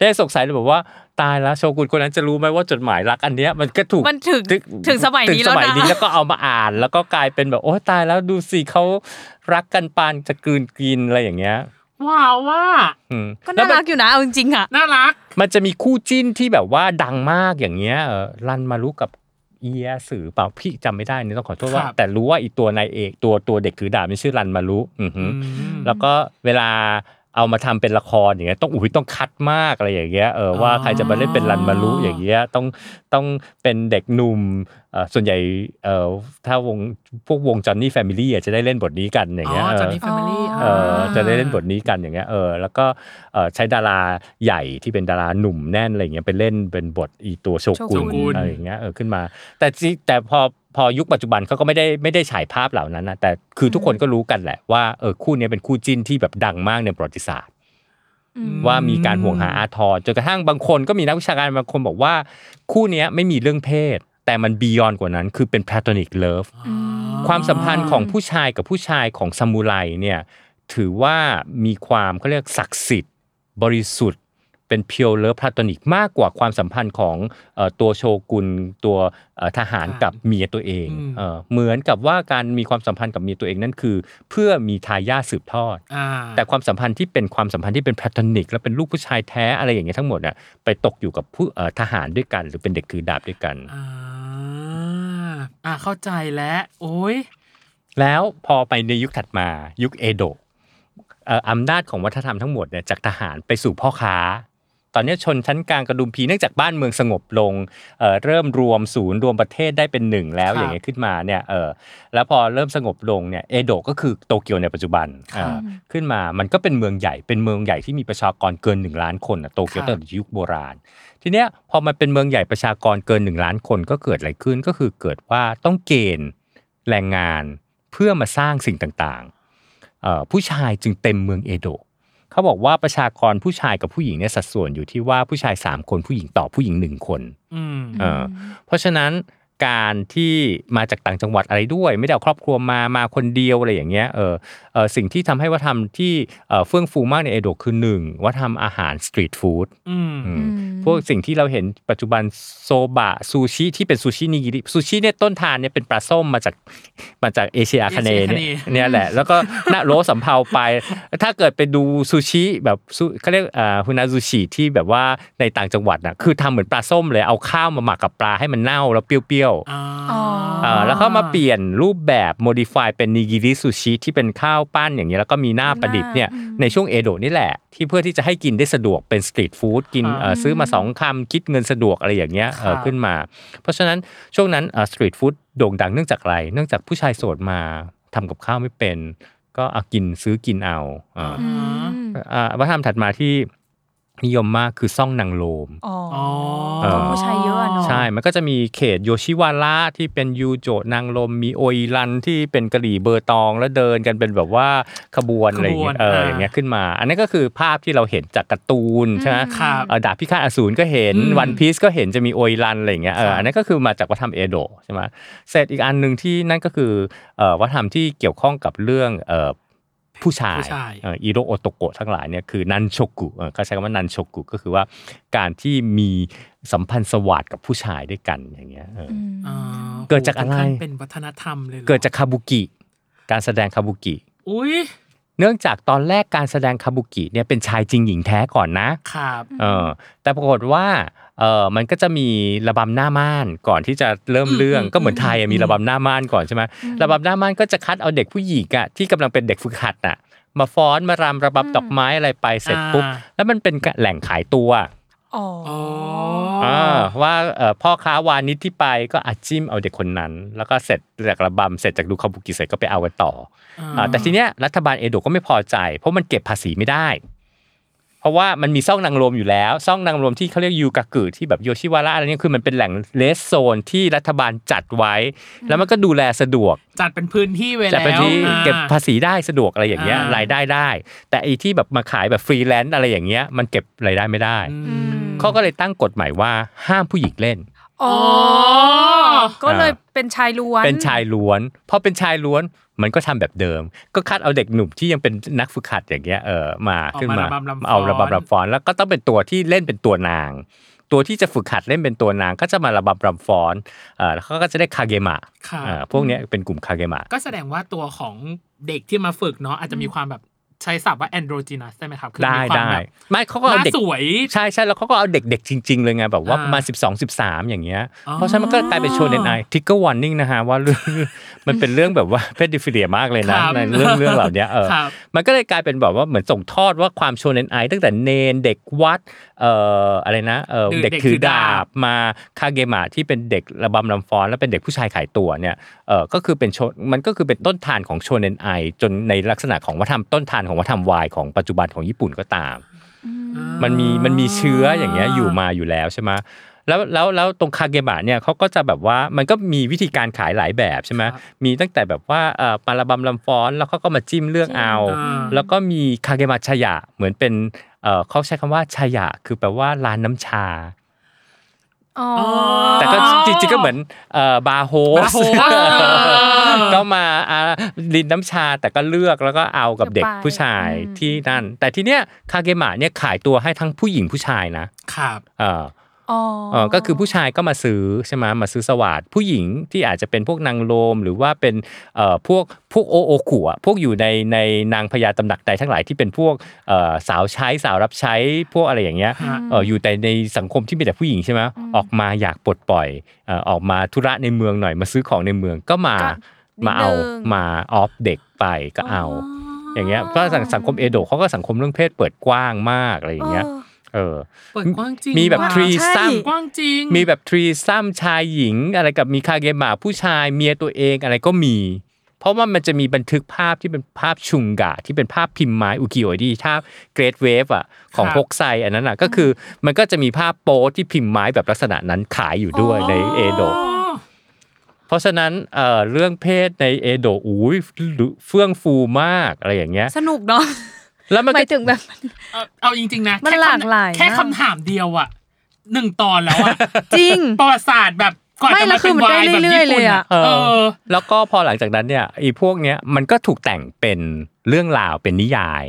ได้สงสัยเลยบอกว่าตายแล้วโชกุนคนนั้นจะรู้ไหมว่าจดหมายรักอันเนี้ยมันก็ถูก มันถึงถึงสมัยนี้ ถึ แล้ ง ว สมัย นะ นี้แล้วก็เอามาอ่าน แล้วก็กลายเป็นแบบโอ้ตายแล้วดูสิเขารักกันปานจะกลืนกินอะไรอย่างเงี้ย ว้าวว่า อืม ก็ แล้ว น่า มั รั น กอยู่นะเอาจริงๆอ่ะ น่ารัก มันจะมีคู่จิ้นที่แบบว่าดังมากอย่างเงี้ยเออรันมารู้กับเอียสือเปล่าพี่จำไม่ได้นี่ต้องขอโทษว่า ครับ แต่รู้ว่าอีตัวนายเอกตัวตัวเด็กถือดาบมันชื่อรันมารู้อือหือ แล้วก็เวลาเอามาทำเป็นละครอย่างเงี้ยต้องอุ้ยต้องคัดมากอะไรอย่างเงี้ยเออว่า อ๋อ ใครจะมาเล่นเป็นรันมารุอย่างเงี้ยต้องต้องเป็นเด็กหนุ่มเอ่อส่วนใหญ่เอ่อถ้าวงพวกวงจอนนี่แฟมิลี่จะได้เล่นบทนี้กันอย่าง อ๋ เงี้ย อ เอ จอ อ ห์นนี่แฟมิลี่ เออจะได้เล่นบทนี้กันอย่างเงี้ยเออแล้วก็เอ่อใช้ดาราใหญ่ที่เป็นดาราหนุ่มแน่นอะไรเงี้ยไปเล่นเป็นบทอีตัวโชกุน โชกุน อะไรอย่างเงี้ยเออขึ้นมา แต่จริงแต่พอพอยุคปัจจุบันเขาก็ไม่ได้ไม่ได้ฉายภาพเหล่านั้นนะแต่คือทุกคนก็รู้กันแหละว่าเออคู่เนี้ยเป็นคู่จิ้นที่แบบดังมากในประวัติศาสตร์ อืม ว่ามีการห่วงหาอาทรจนกระทั่งบางคนก็มีนักวิชาการบางคนบอกว่า คู่เนี้ยไม่มีเรื่องเพศ แต่มันบียอนกว่านั้น คือเป็น platonic love อ๋อ ความสัมพันธ์ของผู้ชายกับผู้ชายของซามูไรเนี่ยถือว่ามีความเขาเรียกศักดิ์สิทธิ์ บริสุทธิ์ เป็นเพียวเลิฟพลาตอนิกมากกว่าความสัมพันธ์ของเอ่อตัวโชกุนตัวเอ่อทหารกับเมียตัวเองเอ่อเหมือนกับว่าการมีความสัมพันธ์กับเมียตัวเองนั่นคือ เพื่อมีทายาทสืบทอด อ่า แต่ความสัมพันธ์ที่เป็นความสัมพันธ์ที่เป็นแพทอนิก และเป็นลูกผู้ชายแท้อะไรอย่างเงี้ยทั้งหมดน่ะไปตกอยู่กับผู้เอ่อทหารด้วยกัน หรือเป็นเด็กถือดาบด้วยกัน อ่าอ่าเข้าใจแล้วโอ้ย แล้วพอไปในยุคถัดมายุคเอโดะเอ่ออำนาจของวัฒนธรรมทั้งหมดเนี่ยจากทหารไปสู่พ่อค้า ตอนเนี้ยชนชั้นกลางกระดุมพีเนื่องจากบ้านเมืองสงบลงเอ่อเริ่มรวมศูนย์รวมประเทศได้เป็นหนึ่งแล้ว ครับ อย่างเงี้ยขึ้นมาเนี่ยเออแล้วพอเริ่มสงบลงเนี่ยเอโดะก็คือโตเกียวในปัจจุบันอ่าขึ้นมามันก็เป็นเมืองใหญ่เป็นเมืองใหญ่ที่มีประชากรเกิน 1 ล้านคนอะโตเกียวตั้งแต่ยุคโบราณ ทีเนี้ยพอมันเป็นเมืองใหญ่ประชากรเกิน 1 ล้านคนก็เกิดอะไรขึ้นก็คือเกิดว่าต้องเกณฑ์แรงงานเพื่อมาสร้างสิ่งต่างๆเอ่อผู้ชายจึงเต็มเมืองเอโดะเขาบอกว่าประชากรผู้ชายกับผู้หญิงเนี่ยสัดส่วนอยู่ที่ว่าผู้ชาย 3 คนผู้หญิงต่อผู้หญิง 1 คน อืม เออเพราะฉะนั้นการที่มาจากต่างจังหวัดอะไรด้วย ไม่ได้เอาครอบครัวมามาคนเดียวอะไรอย่างเงี้ยเออเออสิ่งที่ทำให้วัฒนธรรมที่เอ่อเฟื่องฟูมากในเอโดะคือหนึ่งวัฒนธรรมอาหารสตรีทฟู้ด อืม อืมพวกสิ่งที่เราเห็นปัจจุบันโซบะซูชิที่เป็นซูชินิกิริซูชิเนี่ยต้นทานเนี่ยเป็นปลาส้มมาจากมาจากเอเชียอาคาเนย์เอเนี่ยเชียอาคาเนย์ เนี่ยแหละ แล้วก็หน้าโรสำเภาไป ถ้าเกิดไปดูซูชิแบบซูเขาเรียกอ่าฮุนาซูชิที่แบบว่าในต่างจังหวัดน่ะคือทำเหมือนปลาส้มเลยเอาข้าวมาหมักกับปลาให้มันเน่าแล้วเปรี้ยวๆ อ่า อ่าแล้วก็มาเปลี่ยนรูปแบบ modify เป็นนิกิริซูชิที่เป็นข้าวปั้นอย่างนี้ยแล้วก็มีหน้าประดิบเนี่ยในช่วงเอโดะนี่แหละ ที่เพื่อที่จะให้กินได้สะดวกเป็นสตรีทฟู้ดกินเอ่อซื้อมาสองคำคิดเงินสะดวกอะไรอย่างเงี้ยเอ่อขึ้นมา เพราะฉะนั้นช่วงนั้นสตรีทฟู้ดโด่งดังเนื่องจากอะไร เนื่องจากผู้ชายโสดมาทำกับข้าวไม่เป็น ก็เอากินซื้อกินเอาอ่า อืม อ่าวัฒนธรรมถัดมาที่นิยมมากคือซ่องนางโลม อ๋อ อ๋อ เออ ผู้ชายเยอะอะเนาะ ใช่ มันก็จะมีเขตโยชิวาระที่เป็นยูโจะนางลม มีโออิรันที่เป็นกะหรี่เบอร์ตองแล้วเดินกันเป็นแบบว่าขบวนอะไรอย่างเงี้ยเอออย่างเงี้ยขึ้นมา อันนั้นก็คือภาพที่เราเห็นจากการ์ตูนใช่ไหม ครับ เอ่อดาบพิฆาตอสูรก็เห็น อืม วันพีซก็เห็นจะมีโออิรันอะไรอย่างเงี้ยคเอรั อบ อันนั้นก็คือมาจากวัฒนธรรมเอโดะใช่ไหมเสร็จอีกอันหนึ่งที่นั่นก็คือเอ่อวัฒนธรรมที่เกี่ยวข้องกับเรื่องเอ่อผู้ชาย ผู้ชาย เอ่ออิโรโอโตโกะทั้งหลายเนี่ยคือนันโชกุเออเขาใช้คำว่านันโชกุก็คือว่าการที่มีสัมพันธ์สวัสดกับผู้ชายด้วยกันอย่างเงี้ยเอออ อ่า เกิดจากอะไร โโหถึงขั้นเป็นวัฒนธรรมเลยหรอ เกิดจากคาบุกิการแสดงคาบุกิ อุ้ย เนื่องจากตอนแรกการแสดงคาบุกิเนี่ยเป็นชายจริงหญิงแท้ก่อนนะ ครับ เออแต่ปรากฏว่าเออมันก็จะมีระบำหน้าม่านก่อนที่จะเริ่มเรื่องก็เหมือนไทยอะมีระบำหน้าม่านก่อนใช่ไหมระบำหน้าม่านก็จะคัดเอาเด็กผู้หญิงอะที่กำลังเป็นเด็กฝึกหัดน่ะมาฟ้อนมารำระบำดอกไม้อะไรไปเสร็จปุ๊บแล้วมันเป็นแหล่งขายตัว อ๋อ อ๋อ อ่าว่าเอ่อพ่อค้าวานิชที่ไปก็อาจิ้มเอาเด็กคนนั้น แล้วก็เสร็จจากระบำเสร็จจากดูคาบุกิเสร็จก็ไปเอากันต่อ อ่าแต่ทีเนี้ยรัฐบาลเอโดะก็ไม่พอใจ เพราะมันเก็บภาษีไม่ได้ เพราะว่ามันมีซ่องนางรมอยู่แล้วซ่องนางรมที่เขาเรียกยูกากุที่แบบโยชิวาระอะไรเนี่ยคือมันเป็นแหล่งเลสโซนที่รัฐบาลจัดไว้ แล้วมันก็ดูแลสะดวก จัดเป็นพื้นที่ไว้แล้จัดว เป็นที่ อ่า เก็บภาษีได้สะดวกอะไรอย่างเงี้ย อ่าร รายได้ได้ แต่ไอีที่แบบมาขายแบบฟรีแลนซ์อะไรอย่างเงี้ยมันเก็บรายได้ไม่ได้ อื อื ม ม เขาก็เลยตั้งกฎหมายว่าห้ามผู้หญิงเล่น อ๋อ อ ก็เลยเป็นชายล้วน เป็นชายล้วนพอเป็นชายล้วนมันก็ทำแบบเดิม ก็คัดเอาเด็กหนุ่มที่ยังเป็นนักฝึกหัดอย่างเงี้ยเออมา เอามา ขึ้นมา ระบำรำฟ้อน เอาระบำรำฟ้อนแล้วก็ต้องเป็นตัวที่เล่นเป็นตัวนาง ตัวที่จะฝึกหัดเล่นเป็นตัวนางก็จะมาระบำรำฟ้อนเออแล้วเขาก็จะได้คาเกมะ ค่ะ เออพวกเนี้ยเป็นกลุ่มคาเกมะ ก็แสดงว่าตัวของเด็กที่มาฝึกเนาะอาจจะมีความแบบใช้ศัพท์ว่า androgynous ได้ไหมครับ คือ ได้ มีความ ได้ แบบ ไม่เขาก็ ห เอา น้า เด็ก สวย ใช่ใช่แล้วเขาก็เอาเด็กๆ จริง ๆ เลยไงแบบว่าประมาณ 12 13 อย่างเงี้ย เพราะฉะนั้นมันก็กลายเป็นโชว์เนไอทิกเกอร์วันนิ่งนะฮะว่าเรื่อง มันเป็นเรื่องแบบว่าเพศดิฟิเลียมากเลยนะครับ ในเรื่องเรื่องเหล่าเนี้ยเออ ครับ มันก็เลยกลายเป็นแบบว่าเหมือนส่งทอดว่าความโชว์เนไอตั้งแต่เนนเด็กวัดเอ่ออะไรนะเอ่อ เด็กเด็เด็กกถื ถื อ อดดาา บบ มาคาเกมะที่เป็นเด็กระบำลำฟ้อนแล้วเป็นเด็กผู้ชายขายตัวเนี่ยเออก็คือเป็นโชว์มันก็คือเป็นต้นทานของโชว์เนไอจนในลักษณะของวัฒนธรรมต้นทานของวัฒนธรรมวายของปัจจุบันของญี่ปุ่นก็ตาม มันมีมันมีเชื้ออย่างเงี้ยอยู่มาอยู่แล้วใช่ไหมแล้วแล้วแล้วตรงคาเกบะเนี่ยเขาก็จะแบบว่ามันก็มีวิธีการขายหลายแบบใช่ไหมมีตั้งแต่แบบว่าเอ่อปลาระบำลำฟ้อนแล้วเขาก็มาจิ้มเลือกเอา อ่า แล้วก็มีคาเกบะชายะเหมือนเป็นเอ่อเขาใช้คำว่าชายะคือแปลว่าร้านน้ำชา อ๋อ แต่ก็จริงๆก็เหมือนเอ่อบาร์โฮ บาร์ ส โฮส ก็มาอ่าลินน้ำชาแต่ก็เลือกแล้วก็เอากับเด็กผู้ชาย อืม ที่นั่น แต่ทีเนี้ยคาเกมะเนี่ยขายตัวให้ทั้งผู้หญิงผู้ชายนะ ครับ เอ่อ อ๋อ เอ่อก็คือผู้ชายก็มาซื้อใช่ไหมมาซื้อสวัสดผู้หญิงที่อาจจะเป็นพวกนางโลม หรือว่าเป็นเอ่อพวกพวกโอโอขู่อะพวกอยู่ในในนางพญาตำหนักใดทั้งหลายที่เป็นพวกเอ่อสาวใช้สาวรับใช้พวกอะไรอย่างเงี้ย ฮะ เอ่ออยู่แต่ในสังคมที่มีแต่ผู้หญิงใช่ไหมออกมาอยากปลดปล่อยเอ่อออกมาธุระในเมืองหน่อยมาซื้อของในเมืองก็มามาเอามาออฟเด็กไปก็เอา อย่างเงี้ยก็สังสังคมเอโดะเขาก็สังคมเรื่องเพศเปิดกว้างมากอะไรอย่างเงี้ย เออ เปิดกว้างจริง มีแบบ ว่ะ ทรี ใช่ ซัม กว้างจริง มีแบบทรีซัมชายหญิง อะไรกับมีคาเกมะผู้ชายเมียตัวเองอะไรก็มี เพราะว่ามันจะมีบันทึกภาพที่เป็นภาพชุงกะ ที่เป็นภาพพิมพ์ไม้อุกิโอดีภาพเกรดเวฟอ่ะของฮกไซอันนั้นอ่ะก็คือมันก็จะมีภาพโป๊ที่พิมพ์ไม้แบบลักษณะนั้นขายอยู่ด้วยในเอโดะ อ๋อ เพราะฉะนั้นเอ่อเรื่องเพศในเอโดะอุ้ยเฟื่องฟูมากอะไรอย่างเงี้ย สนุกเนาะ แล้วมัหนก็ มายถึงแบบ เอาเอาจริง ๆ นะ มัน แค่คำ หลากหลาย แค่ มาก คำถามเดียวอะหนึ่งตอนแล้ว อะ จริง ประวัติศาสตร์แบบก่อน ไม่ จะ แล้ มาว คื เป็ อน มัน วา ได้ ยแบบ เรื่อย ญี่ ๆเล ปุ่น ย อะ อะ เออ แล้วก็พอหลังจากนั้นเนี่ยไอ้พวกเนี้ยมันก็ถูกแต่งเป็นเรื่องราวเป็นนิยาย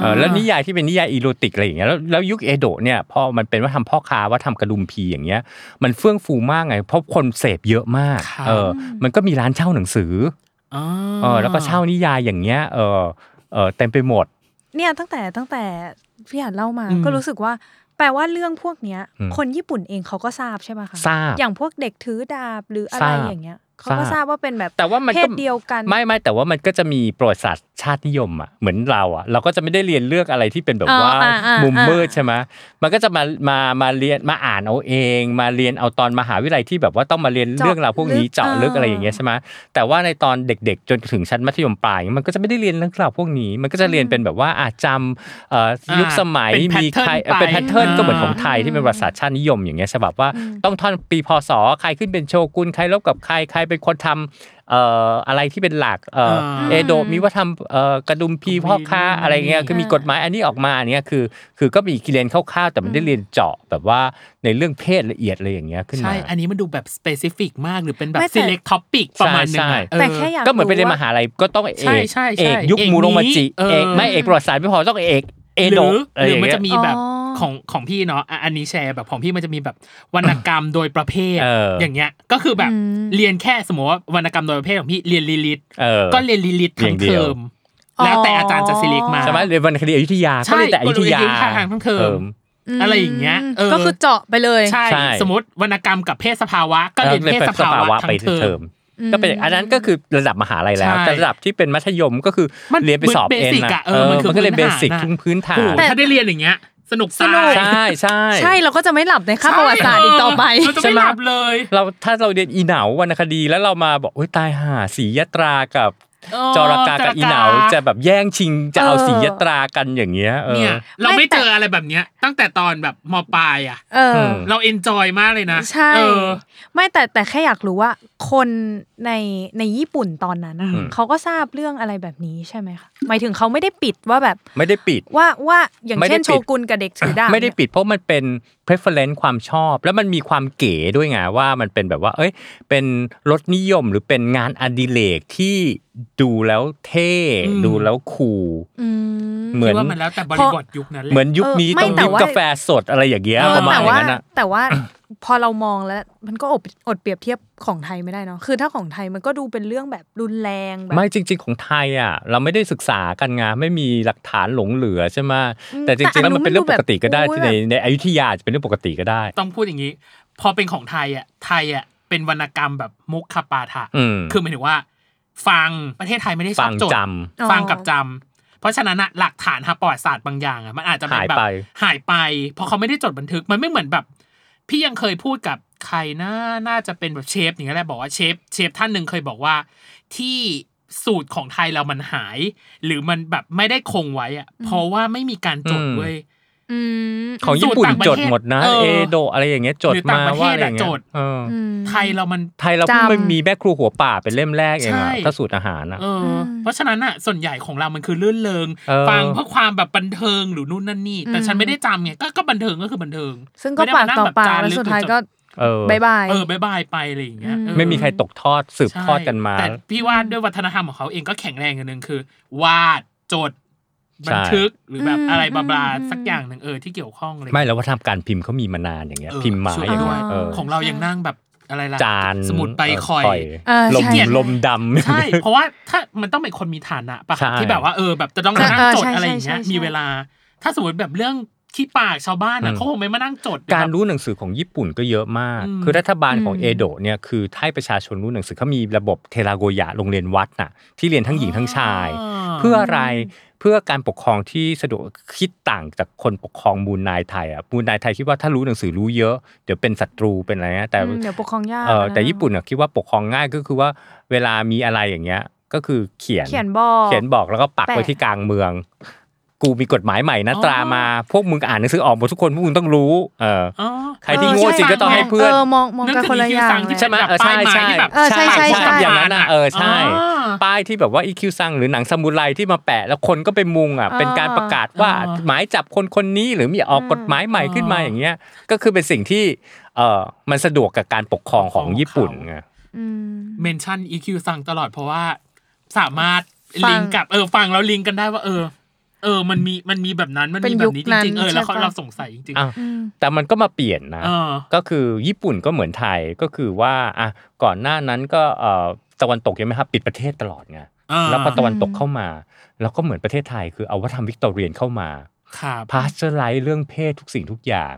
เออแล้วนิยายที่เป็นนิยายอีโรติกอะไรอย่างเงี้ยแล้วแล้วยุคเอโดะเนี่ยพอมันเป็นว่าทำพ่อค้าว่าทำกระดุมพีอย่างเงี้ยมันเฟื่องฟูมากไงเพราะคนเสพเยอะมาก ครับ เออมันก็มีร้านเช่าหนังสือ อ๋อ อเออแล้วก็เช่านิยายอย่างเงี้ยเออเออเต็มไปหมด เนี่ยตั้งแต่ตั้งแต่พี่อ่านเล่ามา อืม ก็รู้สึกว่า แปลว่าเรื่องพวกเนี้ย อืม คนญี่ปุ่นเองเขาก็ทราบใช่ไหมคะ ทราบ อย่างพวกเด็กถือดาบหรืออะไร ทราบ อย่างเงี้ยเขาก็ ทราบ ทราบว่าเป็นแบบ แต่ว่ามัน เพ ก็ ศเดียวกัน ไม่ไม่แต่ว่ามันก็จะมีประวัติศาสตร์ชาตินิยมอ่ะเหมือนเราอ่ะเราก็จะไม่ได้เรียนเลือกอะไรที่เป็นแบบว่า อ่อ่อ่า มุมมืดใช่ไหมมันก็จะมามามาเรียนมาอ่านเอาเอง มาเรียนเอาตอนมหาวิทยาลัยที่แบบว่าต้องมาเรียนเรื่องราวพวกนี้เจาะลึกอะไรอย่างเงี้ยใช่ไหมแต่ว่าในตอนเด็ก ๆ จนถึงชั้นมัธยมปลายมันก็จะไม่ได้เรียนเรื่องราวพวกนี้ มันก็จะเรียนเป็นแบบว่าอาจำเอ่อยุคสมัย อ่าเป็น มีใคร pattern เอ่อเป็น ไป แพทเทิร์นก็เหมือนของ อ่า ไทยที่เป็นประวัติศาสตร์ชาตินิยมอย่างเงี้ยฉบับว่าต้องท่อนปีพศใครขึ้นเป็นโชกุนใครลบกับใครใครเป็นคนทำ เอ่ออะไรที่เป็นหลักเอ่อ อ่า เอโดะมีว่าทำเอ่อกระดุมพีพ่อค้า อืม อะไรเงี้ยคือมีกฎหมายอันนี้ออกมาอันเนี้ยคือ คือก็มีกิเลนคร่าวๆแต่มันได้เรียนเจาะแบบว่าในเรื่องเพศละเอียดอะไรอย่างเงี้ยขึ้น ใช่ มา อันนี้มันดูแบบ specific มากหรือเป็นแบบ ไม่แต่ select topic ประมาณหนึงอะเออ แต่แค่อยาก ก็เหมือนไปเรียนม รู้ว่า หาลัยก็ต้องเอ ใช่ ก ใช่ใช่ เอกยุค เอกนี้ มูโรมาจิ เออ เอกไม่เอกประวัติศาสตร์ไม่พอต้องเอกเอโดะ ห อะไร รือหรืออย่าง มัน เงี้ย จะมีแบบ อ๋อ ของของพี่เนาะอ่ะอันนี้แชร์แบบของพี่มันจะมีแบบวรรณกรรมโดยประเภท เออ อย่างเงี้ยก็คือแบบเรียนแค่สมมติว่าวรรณกรรมโดยประเภทของพี่เรียนลิลิต เออ ก็เรียนลิลิตทั้ง เรียนเดี เท ย อ ว มแล้วแต่อาจารย์จะ select มา ใช่ไหมเรียนวรรณคดีอยุธยา ใช่ ก็เรียนแต่อยุธก็เรียนยาอยุธยาทางทั้งเทอม เอิ่ม อะไรอย่างเงี้ยเออ ก็คือเจาะไปเลย ใช่ ใช่ สมมติวรรณกรรมกับเพศสภาวะ ก็ แล้ว เรียนเพศสภาวะทั้งเทอม ก็เป็นอย่างอันนั้นก็คือระดับมหาลัยแล้ว ใช่ แต่ระดับที่เป็นมัธยมก็คือ มัน เรียนไปสอบ เหมือน เองนะ basic อะเออมันคือ มันก็เลย พื้ เบ นฐาน สิก อะ ทุกพื้นฐา ถูก น แต่ ถ้าได้เรียนอย่างเงี้ย สนุก ส ตา นุก ย ใช่ใช่ ใช่เราก็จะไม่หลับในค่าประวัติศาสตร์อีกต่อไป เราจะไม่ ใช่ไหม รับเลย เราถ้าเราเรียนอีเหนาวรรณคดีแล้วเรามาบอกโอ้ยตายห่าสียตรากับ เออ จรกากับ จรกา อีเหนาจะแบบแย่งชิงจะเอา เออ สียตรากันอย่างเงี้ยเอ เนี่ อ ย เรา ไม่ ไม่ แต่ เจออะไรแบบเนี้ย ตั้งแต่ตอนแบบมปลายอ่ะ เอออ ม เราเอนจอยมากเลยนะ ใช่ เออ ไม่แต่แต่แค่อยากรู้ว่าคนในในญี่ปุ่นตอนนั้นนะคะ อืม เขาก็ทราบเรื่องอะไรแบบนี้ใช่ไหมคะหมายถึงเขาไม่ได้ปิดว่าแบบ ไม่ได้ปิด ว่าว่าอย่าง ไม่ได้ เช่น ปิด โชกุนกับเด็กถือดาบ ไม่ได้ เนี่ย ปิดเพราะมันเป็น preference ความชอบ แล้วมันมีความเก๋ด้วยไงว่ามันเป็นแบบว่า เอ้ย เป็นรสนิยมหรือเป็นงานอดิเรกที่ดูแล้วเท่ อืม ดูแล้วคูล อืม เหมื คิ อ ด น ว่ามันแล้วแต่บริบทยุคนั้นเลย เหมือนยุคนี้ เออไม่ ต้อง แต่ ดื่ม ว่า กาแฟสดอะไรอย่างเงี้ย เออ ประมาณ แต่ อว่าย่าง นั้นอะ แต่ว่าพอเรามองแล้ว มันก็อดอดเปรียบเทียบของไทยไม่ได้เนาะคือถ้าของไทยมันก็ดูเป็นเรื่องแบบรุนแรงแบบ ไม่จริง ๆ ของไทยอ่ะ เราไม่ได้ศึกษากันไงไม่มีหลักฐานหลงเหลือใช่ไหม อืม แต่จริงๆแล้วมันเป็นเรื่องปกติก็ได้ แต่อันนู้ ที่ นมันดูแบบในในอยุธยาจะเป็นเรื่องปกติก็ได้ ต้องพูดอย่างนี้ พอเป็นของไทยอ่ะ ไทยอ่ะ เป็นวรรณกรรมแบบมุขปาฐะ อืม คือหมายถึงว่า ฟังประเทศไทยไม่ได้ช ฟั อบ ง จด จ ฟังกับจำเพราะฉะนั้นอะหลักฐานทางประวัติศาสตร์บางอย่างอะมันอาจจะเป็นแบบ หายไป หายไป เพราะเขาไม่ได้จดบันทึกมันไม่เหมือนแบบ พี่ยังเคยพูดกับใครนะน่าจะเป็นแบบเชฟอย่างเงี้ยแหละบอกว่าเชฟเชฟท่านหนึ่งเคยบอกว่า ที่สูตรของไทยเรามันหาย หรือมันแบบไม่ได้คงไว้อะเพราะว่าไม่มีการจดเว้ย อืม ของญี่ปุ่น สูตรต่างประ จ เทศ ดหมดนะ เออ เอโดะอะไรอย่างเงี้ยจด หรือ มา ต่างประเทศว่าอะ อะไรอย่าจงเงี้ย ด เออ อืม ไทยเรามัน ไทยเราเพิ่ง จำ ไม่มีแม่ครัวหัวป่าเป็นเล่มแรกเอง ใช่ อะถ้าสูตรอาหารอะ เอออเพราะฉะนั้นอ่ะส่วนใหญ่ของเรามันคือลื่นเลง เออ ฟังเพื่อความแบบบันเทิงหรือนู่นนั่นนี่ แต่ฉันไม่ได้จำไงก็ก็บันเทิงก็คือบันเทิง ซึ่งก็ปากต่อปากแล้วสุดท้ายก็ เออ บายบาย เออบายบายไปอะไรอย่างเงี้ยเออ ไม่มีใครตกทอดสืบทอดกันมา ใช่แต่พี่ว่าด้วยวัฒนธรรมของเขาเองก็แข็งแรงอย่างหนึ่งคือ วาดจด บันทึกหรือแบบ อืม อะไรบลา อืม ๆสักอย่างหนึ่งเออที่เกี่ยวข้องอะไร ไม่แล้วว่าทำการพิมพ์เขามีมานานอย่างเงี้ย เออ พิมพ์ไม้ ส่วน อย่าง ด้ว เงี้ ย ยเออ ของเรายังนั่งแบบอะไรล่ะ จาน สมุดใบ เ คอย เออ ลม ใช่ ลมดำ ใช่ เพราะว่าถ้ามันต้องเป็นคนมีฐานะปะ ใช่ ที่แบบว่าเออแบบจะต้องมานั่ง เออ จด ใช่ อะไรอย่างเงี้ย ใช่ใช่ มีเวลา ถ้าสมมติแบบเรื่องขี้ปากชาวบ้านอะเขาคงไม่มานั่งจด การ แบบ รู้หนังสือของญี่ปุ่นก็เยอะมาก อืม คือรัฐบาลของ อืม เอโดะเนี่ยคือให้ประชาชนรู้หนังสือเขามีระบบเทราโกยะโรงเรียนวัดน่ะที่เรียนทั้งหญิงทั้งชาย เพื่ออะไร เพื่อการปกครองที่สะดวกคิดต่างจากคนปกครองมูลนายไทยอ่ะมูลนายไทยคิดว่าถ้ารู้หนังสือรู้เยอะเดี๋ยวเป็นศัตรูเป็นอะไรนะแต่ อืมเดี๋ยวปกครองยาก เออแต่ อะไร ญี่ปุ่นน่ะคิดว่าปกครองง่ายก็คือว่าเวลามีอะไรอย่างเงี้ย ก็คือเขียน เขียนบอก เขียนบอกแล้วก็ปักไว้ แปะ ที่กลางเมือง กูมีกฎหมายใหม่นะ อ๋อ ตรามาพวกมึงอ่านหนังสือออกหมดทุกคนพวกมึงต้องรู้ เออ อ๋อ ใครที่โง่จริงก็ต้องให้เพื่อน เออมองมองกันคนละอย่าง นึกถึงอีคิวซังที่ เลย ใช่ไหมเออใช่ใช่ แบบ เออใช่ใช่ใช่ ปักอย่างนั้นอ่ะเออใช่ อ๋อ ป้ายที่แบบว่าอีคิวซังหรือหนังซามูไรที่มาแปะแล้วคนก็ไปมุงอ่ะ อ่า เป็นการประกาศว่า อ่า หมายจับคนคนนี้หรือมีออกกฎหมายใหม่ขึ้นมา อ่า อย่างเงี้ย ก็คือเป็นสิ่งที่เออมันสะดวกกับการปกครองของญี่ปุ่น ของเขา ไง อืม เมนชั่น EQ สั่งตลอดเพราะว่าสามารถ ฟัง ลิงก์กับเออฟังแล้วลิงก์กันได้ว่า เออ เออ มันมีมันมีแบบนั้นมัน เป็ มี น แบ ยุ บ ค นี้จ นั้น ริงๆเออแล้ว ใช่ เขา ปะ เราสงสัยจริง อ่ะ อืม แต่มันก็มาเปลี่ยนนะ ๆเออ ก็คือญี่ปุ่นก็เหมือนไทยก็คือว่าอ่ะก่อนหน้านั้นก็เอ่อตะวันตกยังไหมครับปิดประเทศตลอดไง เออ แล้วพอตะวันตก อืม เข้ามา แล้วก็เหมือนประเทศไทยคือเอาวัฒนธรรมวิกตอเรียนเข้ามา ครับ พาสเจอร์ไลท์เรื่องเพศทุกสิ่งทุกอย่าง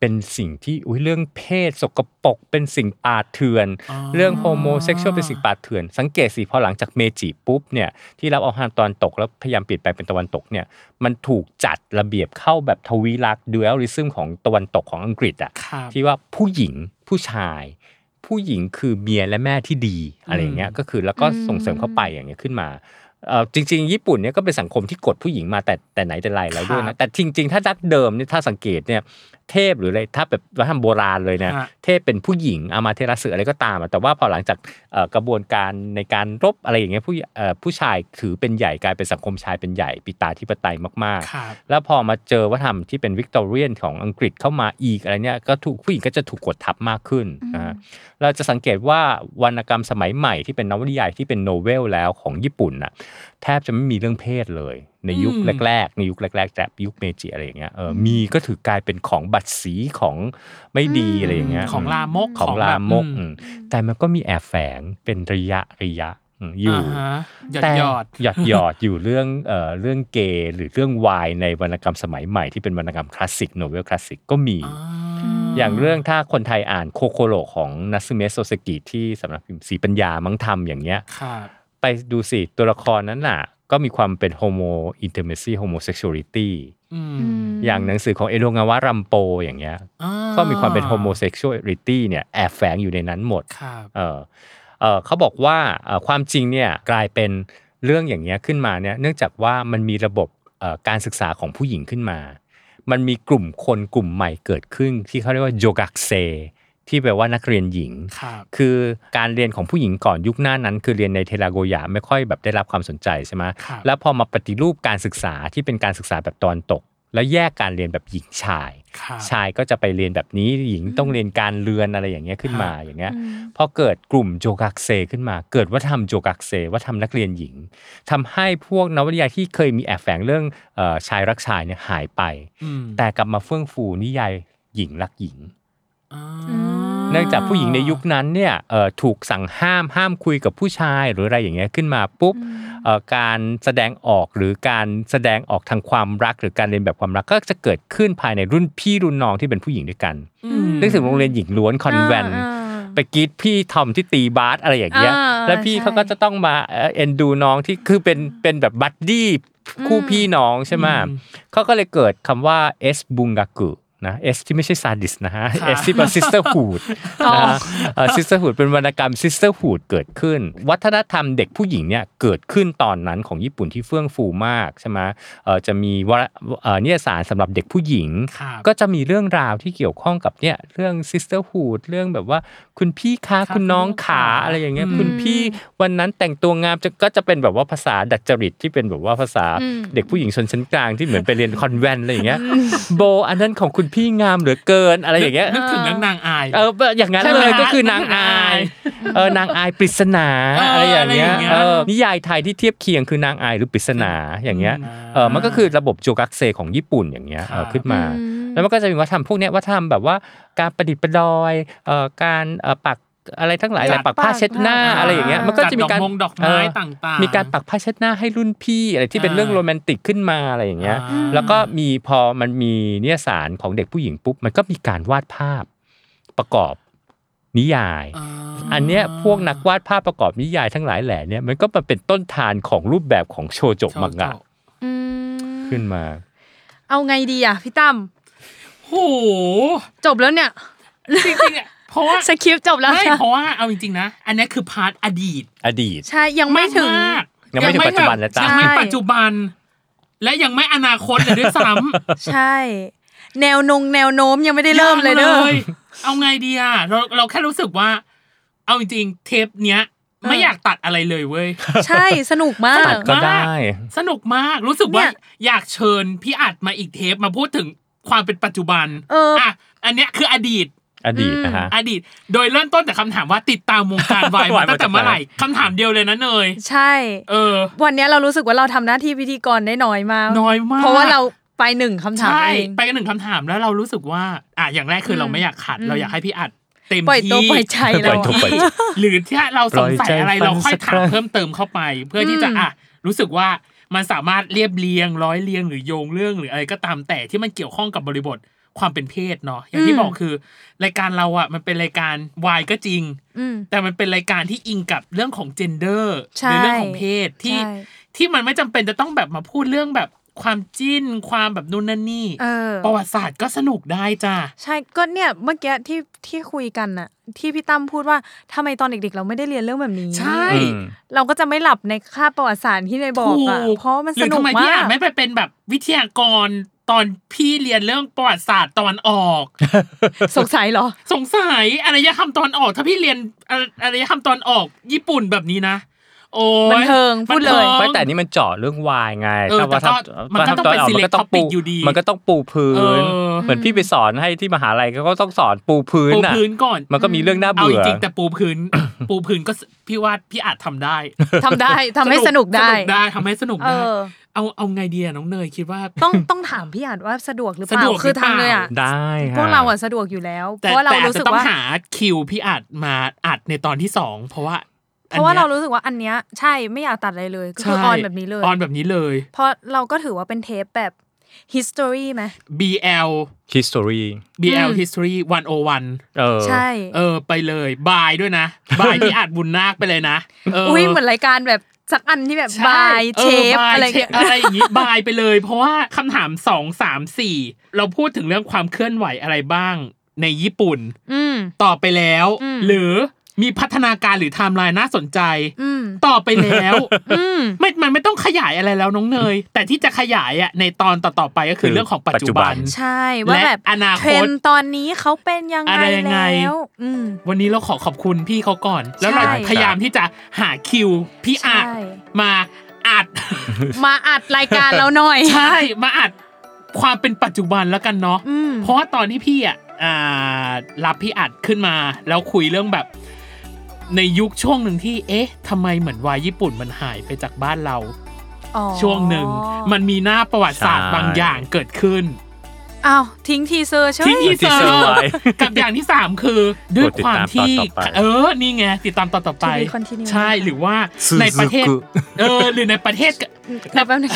เป็นสิ่งที่อุ้ยเรื่องเพศสกปรกเป็นสิ่งป่าเถื่อน เรื่องโฮโมเซ็กชวลเป็นสิ่งป่าเถื่อน สังเกตสิพอหลังจากเมจิปุ๊บเนี่ยที่เราเอาฮานตะวันตกแล้วพยายามเปลี่ยนแปลงเป็นตะวันตกเนี่ยมันถูกจัดระเบียบเข้าแบบทวีลักษณ์ดูแอลิซึมของตะวันตกของอังกฤษอะ ครับ ที่ว่าผู้หญิงผู้ชาย ผู้หญิงคือเมียและแม่ที่ดีอะไรอย่างเงี้ย อืม ก็คือแล้วก็ อืม ส่งเสริมเข้าไปอย่างเงี้ยขึ้นมาเอ่อจริง ๆ ญี่ปุ่นเนี่ยก็เป็นสังคมที่กดผู้หญิงมาแต่แต่ไหนแต่ไรแล้วด้วยนะแต่จริง ๆ ถ้าดั้งเดิมเนี่ยถ้าสังเกตเนี่ยเทพหรืออะไรถ้าแบบวัฒนธรรมโบราณเลยเนี่ย ฮะ เทพเป็นผู้หญิงอามาเทราเสืออะไรก็ตามอะแต่ว่าพอหลังจากเอ่อกระบวนการในการรบอะไรอย่างเงี้ยผู้เอ่อผู้ชายถือเป็นใหญ่กลายเป็นสังคมชายเป็นใหญ่ปิตาธิปไตยมากๆ ครับ แล้วพอมาเจอวัฒนธรรมที่เป็นวิกตอเรียนของอังกฤษเข้ามาอีกอะไรเนี่ยก็ถูกผู้หญิงก็จะถูกกดทับมากขึ้นนะฮะเราจะสังเกตว่าวรรณกรรมสมัยใหม่ที่เป็นนวนิยายที่เป็นโนเวลแล้วของญี่ปุ่นน่ะแทบจะไม่มีเรื่องเพศเลย ในยุค อืม แรกๆในยุคแรกๆแต่ยุคเมจิอะไรอย่างเงี้ยเออมีก็ถือกลายเป็นของบัตรสีของไม่ดีอะไรอย่างเงี้ย ของ ม ลามก ของ แบบ ลามก อื อืมแต่มันก็มีแอบแฝงเป็นระยะระยะอืมอยู่ าฮะหยอด แต่ หยอด หยอดหยอด อยู่เรื่องเอ่อเรื่องเกย์หรือเรื่องวายในวรรณกรรมสมัยใหม่ที่เป็นวรรณกรรมคลาสสิกโนเวลคลาสสิกก็มี อย่างเรื่องถ้าคนไทยอ่านโคโคโรของนัซึเมะโซสกิที่สำนักพิมพ์สีปัญญามั้งทำอย่างเงี้ย ครับ ไปดูสิ ตัวละครนั้นน่ะ ก็มีความเป็นโฮโมอินเทอร์เมซีโฮโมเซ็กชวลิตี้ อืม อืม อย่างหนังสือของเอโดงาวะรัมโปอย่างเงี้ย อ่ ก็มีความเป็นโฮโมเซ็กชวลิตี้เนี่ยแอบแฝงอยู่ในนั้นหมด ครับ เออเอ่อเขาบอกว่าเอ่อความจริงเนี่ยกลายเป็นเรื่องอย่างเงี้ยขึ้นมาเนี่ยเนื่องจากว่ามันมีระบบเอ่อการศึกษาของผู้หญิงขึ้นมา มันมีกลุ่มคนกลุ่มใหม่เกิดขึ้น ที่เขาเรียกว่าโยกักเซ ที่แปลว่านักเรียนหญิง ครับ คือการเรียนของผู้หญิงก่อนยุคหน้านั้น คือเรียนในเทราโกยาไม่ค่อยแบบได้รับความสนใจใช่ไหม ครับ แล้วพอมาปฏิรูปการศึกษาที่เป็นการศึกษาแบบตอนตก แล้วแยกการเรียนแบบหญิงชาย ครับ ชายก็จะไปเรียนแบบนี้หญิงต้องเรียนการเรือนอะไรอย่างเงี้ยขึ้นมาอย่างเงี้ย อืม พอเกิดกลุ่มโจกักเซขึ้นมา เกิดว่าทำโจกักเซว่าทำนักเรียนหญิงทำให้พวกนวนิยายที่เคยมีแอบแฝงเรื่องเอ่อชายรักชายเนี่ยหายไป อืม แต่กลับมาเฟื่องฟูนิยายหญิงรักหญิง อ่า ม เนื่องจากผู้หญิงในยุคนั้นเนี่ยเอ่อถูกสั่งห้ามห้ามคุยกับผู้ชายหรืออะไรอย่างเงี้ยขึ้นมาปุ๊บเอ่อการแสดงออกหรือการแสดงออกทางความรักหรือการเรียนแบบความรักก็จะเกิดขึ้นภายในรุ่นพี่รุ่นน้องที่เป็นผู้หญิงด้วยกัน นึกถึงโรงเรียนหญิงล้วนคอนแวนต์ อ่าอ่า ไปกรีดพี่ทอมที่ตีบาสอะไรอย่างเงี้ย อ่า แล้วพี่ ใช่ เขาก็จะต้องมาเอ่อเอ็นดูน้องที่คือเป็นเป็นแบบบัดดี้คู่พี่น้องใช่ไหม อืม เขาก็เลยเกิดคำว่าเอสบุงกากุนะเอสที่ไม่ใช่ซาดิสนะฮะ ค่ะ เอสที่เป็นซิสเตอร์ฮูด อ๋อ นะฮะซิสเตอร์ฮูดเป็นวรรณกรรมซิสเตอร์ฮูดเกิดขึ้น วัฒนธรรมเด็กผู้หญิงเนี่ยเกิดขึ้นตอนนั้นของญี่ปุ่นที่เฟื่องฟูมากใช่ไหมเอ่อจะมีวารเอ่อนิยสารสำหรับเด็กผู้หญิง ครับ ก็จะมีเรื่องราวที่เกี่ยวข้องกับเนี่ยเรื่อง sisterhood เรื่องแบบว่า คุณพี่คะคุณน้องขาอะไรอย่างเงี้ย อืม คุณพี่วันนั้นแต่งตัวงามจะก็จะเป็นแบบว่าภาษาดัดจริตที่เป็นแบบว่าภาษา อืม เด็กผู้หญิงชนชั้นกลางที่เหมือนไปเรียนคอนแวนต์อะไรอย่างเงี้ยโบอันนั้นของคุณพี่งามเหลือเกินอะไรอย่างเงี้ย นึกถึงนางนางอาย เอออย่างนั้น ใช่ไหม เลยก็คือนางอาย เออนางอายปริศนา เออ อะไรอย่างเงี้อะยไรอย่างเงี้ย เออนิยายไทยที่เทียบเคียงคือนางอายหรือปริศนาอย่างเงี้ย อืม เออมันก็คือระบบโจกักเซของญี่ปุ่นอย่างเงี้ยเอคอรับ ขึ้นมา อืม แล้วมันก็จะมีวัฒนธรรมพวกเนี้ยวัฒนธรรมแบบว่าการประดิษฐ์ประดอยเอ่อการเอ่อปักอะไรทั้งหลายแหละ ปั ปัก ก ผ้าเช็ดหน้า ผ้า อะไรอย่างเงี้ยมันก็จะมีการ จัดดอกมงดอกไม้ เ ต่างๆ มีการปักผ้าเช็ดหน้าให้รุ่นพี่อะไรที่เป็นเรื่อง อ่า โรแมนติกขึ้นมาอะไรอย่างเงี้ย อ่า แล้วก็มีพอมันมีนิยสารของเด็กผู้หญิงปุ๊บ มันก็มีการวาดภาพประกอบนิยาย อันเนี้ยพวกนักวาดภาพประกอบนิยายทั้งหลายแหล่เนี่ยมันก็มาเป็นต้นทานของรูปแบบของโชโจมังงะ โชโจ อืม ขึ้นมา เอาไงดีอ่ะพี่ตั้ม โอ้โห จบแล้วเนี่ย จริงๆอ่ะเพราะว่า สคริปต์จบแล้ว ไม่ นะ เพราะว่าเอาจริงๆนะ อันนี้คือพาร์ทอดีต อดีต ใช่ยังไม่ถึง ากๆ ยังไม่ถึงปัจจุบันนะจ๊ะ ยังไม่ ใช่ ปัจจุบัน และยังไม่อนาคตเลยด้วยซ้ำ ใช่ แนวนงแนวโน้มยังไม่ได้เริ่มเลยเด้อ งเอาไงดีอ่ะเราเราแค่รู้สึกว่า เอาจริงๆเทปเนี้ย ไม่อยากตัดอะไรเลยเว้ย ใช่สนุกมา ส ก นุ ก็ได้ สนุกมากรู้สึกว่า เนี่ย อยากเชิญพี่อัดมาอีกเทปมาพูดถึงความเป็นปัจจุบัน เอออ่ อันเนี้ยคืออดีต อดีตนะฮะ อดีต โดยเริ่มต้นจากคำถามว่าติดตามวงการ วายาวามย มา ตั้งแต่ จากไหน เมื่อไหร่คำถามเดียวเลยนะเนย ใช่ เออ วันเนี้ยเรารู้สึกว่าเราทำหน้าที่พิธีกรได้น้อยมาก น้อยมาก เพราะว่าเราไปหนึ่งคำถาม ใช่ เอง ไปกันหนึ่งคำถามแล้วเรารู้สึกว่าอ่ะอย่างแรกคือเราไม่อยากขัด เราอยากให้พี่อัดเต็มที่ ปล่อยตัวปล่อยใจ ปล่ เรา อยตัว อะ ปล่อยใจ หรือที่เราสงสัยอะไร ปล่ เรา อยใจค่ฟังอย สักค ถามรั้ง เพิ่มเติมเข้าไป เพื่อที่จะอ่ะรู้สึกว่ามันสามารถเรียบเรียง ร้อยเรียงหรือโยงเรื่องหรืออะไรก็ตามแต่ที่มันเกี่ยวข้องกับบริบทความเป็นเพศเนาะอย่างที่บอกคือ รายการเราอ่ะมันเป็นรายการวายก็จริง อืม แต่มันเป็นรายการที่อิงกับเรื่องของเจนเดอร์ห ใช่ รือเรื่องของเพศที่ ใช่ ที่มันไม่จำเป็นจะต้องแบบมาพูดเรื่องแบบความจิ้น ความแบบนู่นนั่นนี่ เออ ประวัติศาสตร์ก็สนุกได้จ้า ใช่ ก็เนี่ยเมื่อกี้ที่ที่คุยกันน่ะ ที่พี่ตั้มพูดว่าทำไมตอนเด็กๆ เราไม่ได้เรียนเรื่องแบบนี้ ใช่ อืม เราก็จะไม่หลับในคาบประวัติศาสตร์ที่ในบอกอ่ะ ถู เพราะมัน ห ส รือ นุก ทำไมพี่ มา อ่าก นไม่ไปเป็นแบบวิทยากรตอนพี่เรียนเรื่องประวัติศาสตร์ตอนออก สงสัยเหรอ สงสัยอารยธรรมตอนออก ถ้าพี่เรียนอะอารยธรรมตอนออก ญี่ปุ่นแบบนี้นะ โอ้ย บันเทิงพูดเลย บันทิง ไม่แต่นี่มันเจาะเรื่องวายไง เออ ถ้าว่า แต่ก็ ถ้า มันก็ต้องเป็น ถ้า select มันก็ต้องปู topic อยู่ดี มันก็ต้องปูพื้ เอน อ เหมือนพี่ไปสอนให้ที่มหาลัยเขาก็ต้องสอนปูพื้น ปู อ่ะ พื้นก่อน มันก็มีเรื่องน่า เอาจ เบื่อ ริงๆแต่ปูพื้ น ปูพื้นก็สพี่ว่าพี่อาจทำได้ ทำได้ทำให้สนุกได้ สนุกได้ทำให้สนุก เอ ได้ อ เอาเอาไงดีอะน้องเนยคิดว่า ต้องต้องถามพี่อาจว่าสะดวกหรือเป สะ ล่า ดวก คืหอรือ ทางเลยอ่ะ เปล่า ได้ฮะ พวกเราอ่ะสะดวกอยู่แล้ว เพ แต่ ราะว่าเรา แต่อาจ รู้ จะ สึก ต้อง ว่า หาคิวพี่อัดมาอัดในตอนที่สองเพราะว่า เพราะว่า อันนี้ย เรารู้สึกว่าอันเนี้ยใช่ไม่อยากตัดอะไรเลยก็คือ ใช่ ออนแบบนี้เลย ออนแบบนี้เลย เพราะเราก็ถือว่าเป็นเทปแบบ history ไหม BL ฮิสตอรี BL History 101 เออ ใช่ เออ ไปเลยบายด้วยนะบายพี่อัดบุญนาคไปเลยนะเ อุ้ยเหมือนรายการแบบสักอันที่แบบ ใช่ บาย อ เชฟ บาย อะไร เช เงี้ ฟ ย อะไรอย่างงี้ บายไปเลย เพราะว่าคำถามสองสามสี่เราพูดถึงเรื่องความเคลื่อนไหวอะไรบ้างในญี่ปุ่น อืม ต่อบไปแล้ว อืม หรือมีพัฒนาการหรือไทม์ไลน์น่าสนใจ อืม ต่อบไปแล้ว อืม ไม่มันไม่ต้องขยายอะไรแล้วน้องเนย แต่ที่จะขยายอ่ะในตอนต่อๆไปก็คือเรื่องของปัจจุบัน ปัจจุบัน ใช่ว่าแบบ และอนาคต เทรนด์ตอนนี้เขาเป็นยัง อะ ไง ไรยังไง แล้วอืม วันนี้เราขอขอบคุณพี่เขาก่อน แล้วเรา ใช่ พยายามที่จะหาคิวพี่อัด ใช่ มาอัด มาอัดรายการเราหน่อย ใช่ มาอัดความเป็นปัจจุบันแล้วกันเนาะ อืม เพราะว่าตอนที่พี่อ่ะอ่ารับพี่อัดขึ้นมา แล้วคุยเรื่องแบบในยุคช่วงหนึ่งที่ เอ๊ะทำไมเหมือนวายญี่ปุ่นมันหายไปจากบ้านเรา อ๋อ ช่วงหนึ่ง มันมีหน้าประวัติศาสตร์ ใช่ บางอย่างเกิดขึ้น อ้าวทิ้งทีเซอร์ใช่ไหม ทิ้งทีเซอ ทีเซอร์ร์ไว้ กับอย่างที่ 3 คือด้วยความที่ กดติดตามตอนต่อไป เออ นี่ไง ติดตามตอนต่อไป To be continued ใช่หรือว่า ซูซูกุ ในประเทศ เออ หรือในประเทศ แต่แป๊บ นึง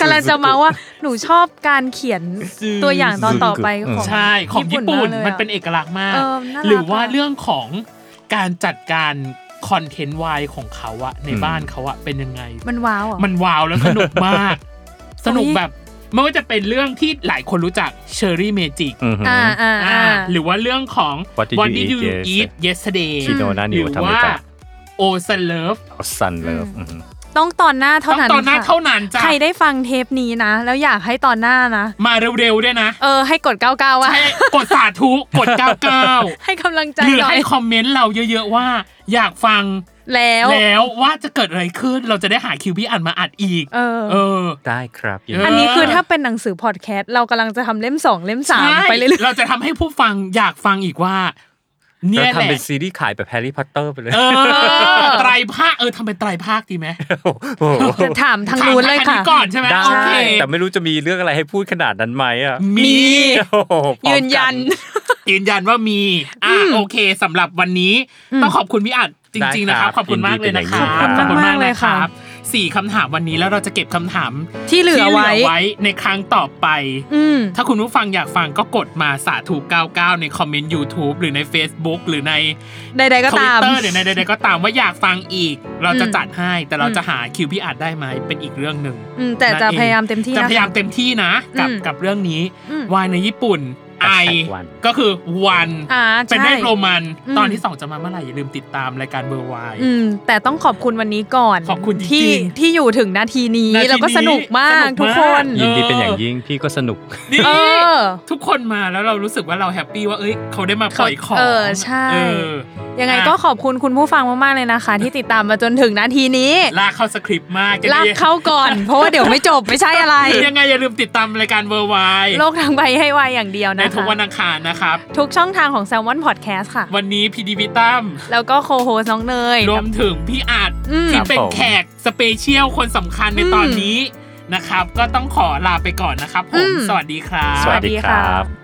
กำลังจะเมาว่าหนูชอบการเขียน ซึ่ง ตัวอย่างตอนต่อไปของ ใช่ของญี่ปุ่น ากลยอะ มันเป็นเอกลักษณ์มาก เออน่ารัก หรือว่า อะ เรื่องของการจัดการคอนเทนต์วายของเขาอะในบ้านเขาอะเป็นยังไง มันว้าวเหรอ่ะ มันว้าวแล้วสนุกมาก สนุก อุ๊ย แบบไม่ว่าจะเป็นเรื่องที่หลายคนรู้จักเชอรี่เมจิก อือฮึ อ่าอ่าอ่า หรือว่าเรื่องของ What did you did eat you eat yesterday คิโนนะนิ ห ว รือ ทำไม ว่า จ๊ะ o s e l o v e ซันเลิฟ ต้องตอนหน้าเท่า ต้อง นั้น ตอนหน้า ค่ะ เท่านั้นจ้ะ ใครได้ฟังเทปนี้นะ แล้วอยากให้ตอนหน้านะ มาเร็วๆด้วยนะ เออ ให้กด 99 ว่า ให้กดสาธุกด 99 ให้กำลังใจ หรือ หน่อย ให้คอมเมนต์เราเยอะๆว่า อยากฟัง แล้ว แล้วว่าจะเกิดอะไรขึ้นเราจะได้หาคิวพี่อันมาอัดอีก เออ เออ ได้ครับยิดี เ อันนี้คือถ้าเป็นหนังสือพอดแคสต์ เรากำลังจะทำเล่ม 2 เล่ม 3 ไปเรื่อย เราจะทำให้ผู้ฟังอยากฟังอีกว่า เนี่ย เรา แหละทำเป็นซีรีส์ขายแบบแฮร์รี่พอตเตอร์ไปเลย เออไตรภาคเออทำเป็นไตรภาคดีไหม โอ้โห ๆจะถามทางนู้นเลย ถาม ค่ะ อัก่อนใช่ไหม ได้ โอเค แต่ไม่รู้จะมีเรื่องอะไรให้พูดขนาดนั้นไหมอ่ะ มี โอ้โหพร้อมกั ยืนยัน ยืนยันว่ามี อ่ะโอเคสำหรับวันนี้ ต้องขอบคุณพี่อัดจริง ๆ นะครับ ได้ ขอบคุณมากเลยนะครั ยิ บ ดี ขอบคุณมาก นะ เลยค่ะ รับ สี่คำถามวันนี้แล้วเราจะเก็บคำถาม ที่เหลือ ที่ ไว้ ในครั้งต่อไป อืม ถ้าคุณผู้ฟังอยากฟังก็กดมาสาธุ99 ในคอมเมนต์ YouTube หรือใน Facebook หรือใน ใดๆก็ตาม Twitter หรือในใดๆก็ตามว่าอยากฟังอีก เราจะ อืม จัดให้แต่เราจะหาคิวพี่อัดได้ไหมเป็นอีกเรื่องหนึ่ง อืมแต่จะพยายามเต็มที่ จะ นะ พยายาม คะ เต็มที่นะ กับ อืม กับเรื่องนี้ อืม วายในญี่ปุ่นไอ Hashtag วัน ก็คือวัน อ่า เป็น ใช่ เรื่องโรมัน อืม ตอนที่สองจะมาเมื่อไหร่ อย่าลืมติดตามรายการเบอร์วาย อืม แต่ต้องขอบคุณวันนี้ก่อน ขอบคุณจริงๆ ที่ที่อยู่ถึงนาทีนี้ นาทีนี้ แล้วก็สนุกมาก สนุกมาก ทุกคน ยินดีเป็นอย่างยิ่งพี่ก็สนุก นี่ เออ ทุกคนมาแล้วเรารู้สึกว่าเราแฮปปี้ว่าเอ้ยเขาได้มาปล่อยของ เออใช่ เออ ยังไงก็ขอบคุณคุณผู้ฟังมากๆเลยนะคะ ที่ติดตามมาจนถึงนาทีนี้ ลากเข้าสคริปต์มาก ลากเข้าก่อน เพราะว่าเดี๋ยวไม่จบไม่ใช่อะไร ยังไงอย่าลืมติดตามรายการเบอร์วาย โลกทางใบให้ไวอย่างเดียว ใน นะ ทุก คะ วันอังคารนะครับ ทุกช่องทางของ Salmon Podcast ค่ะ วันนี้พีดีวิตัม แล้วก็โคโฮสน้องเนย รวมถึงพี่อาจ อืม ที่เป็น ครับผม แขกสเปเชียลคนสำคัญในตอนนี้นะครับ ก็ต้องขอลาไปก่อนนะครับผ อื ม ม สวัสดีครับ สวัสดีครับ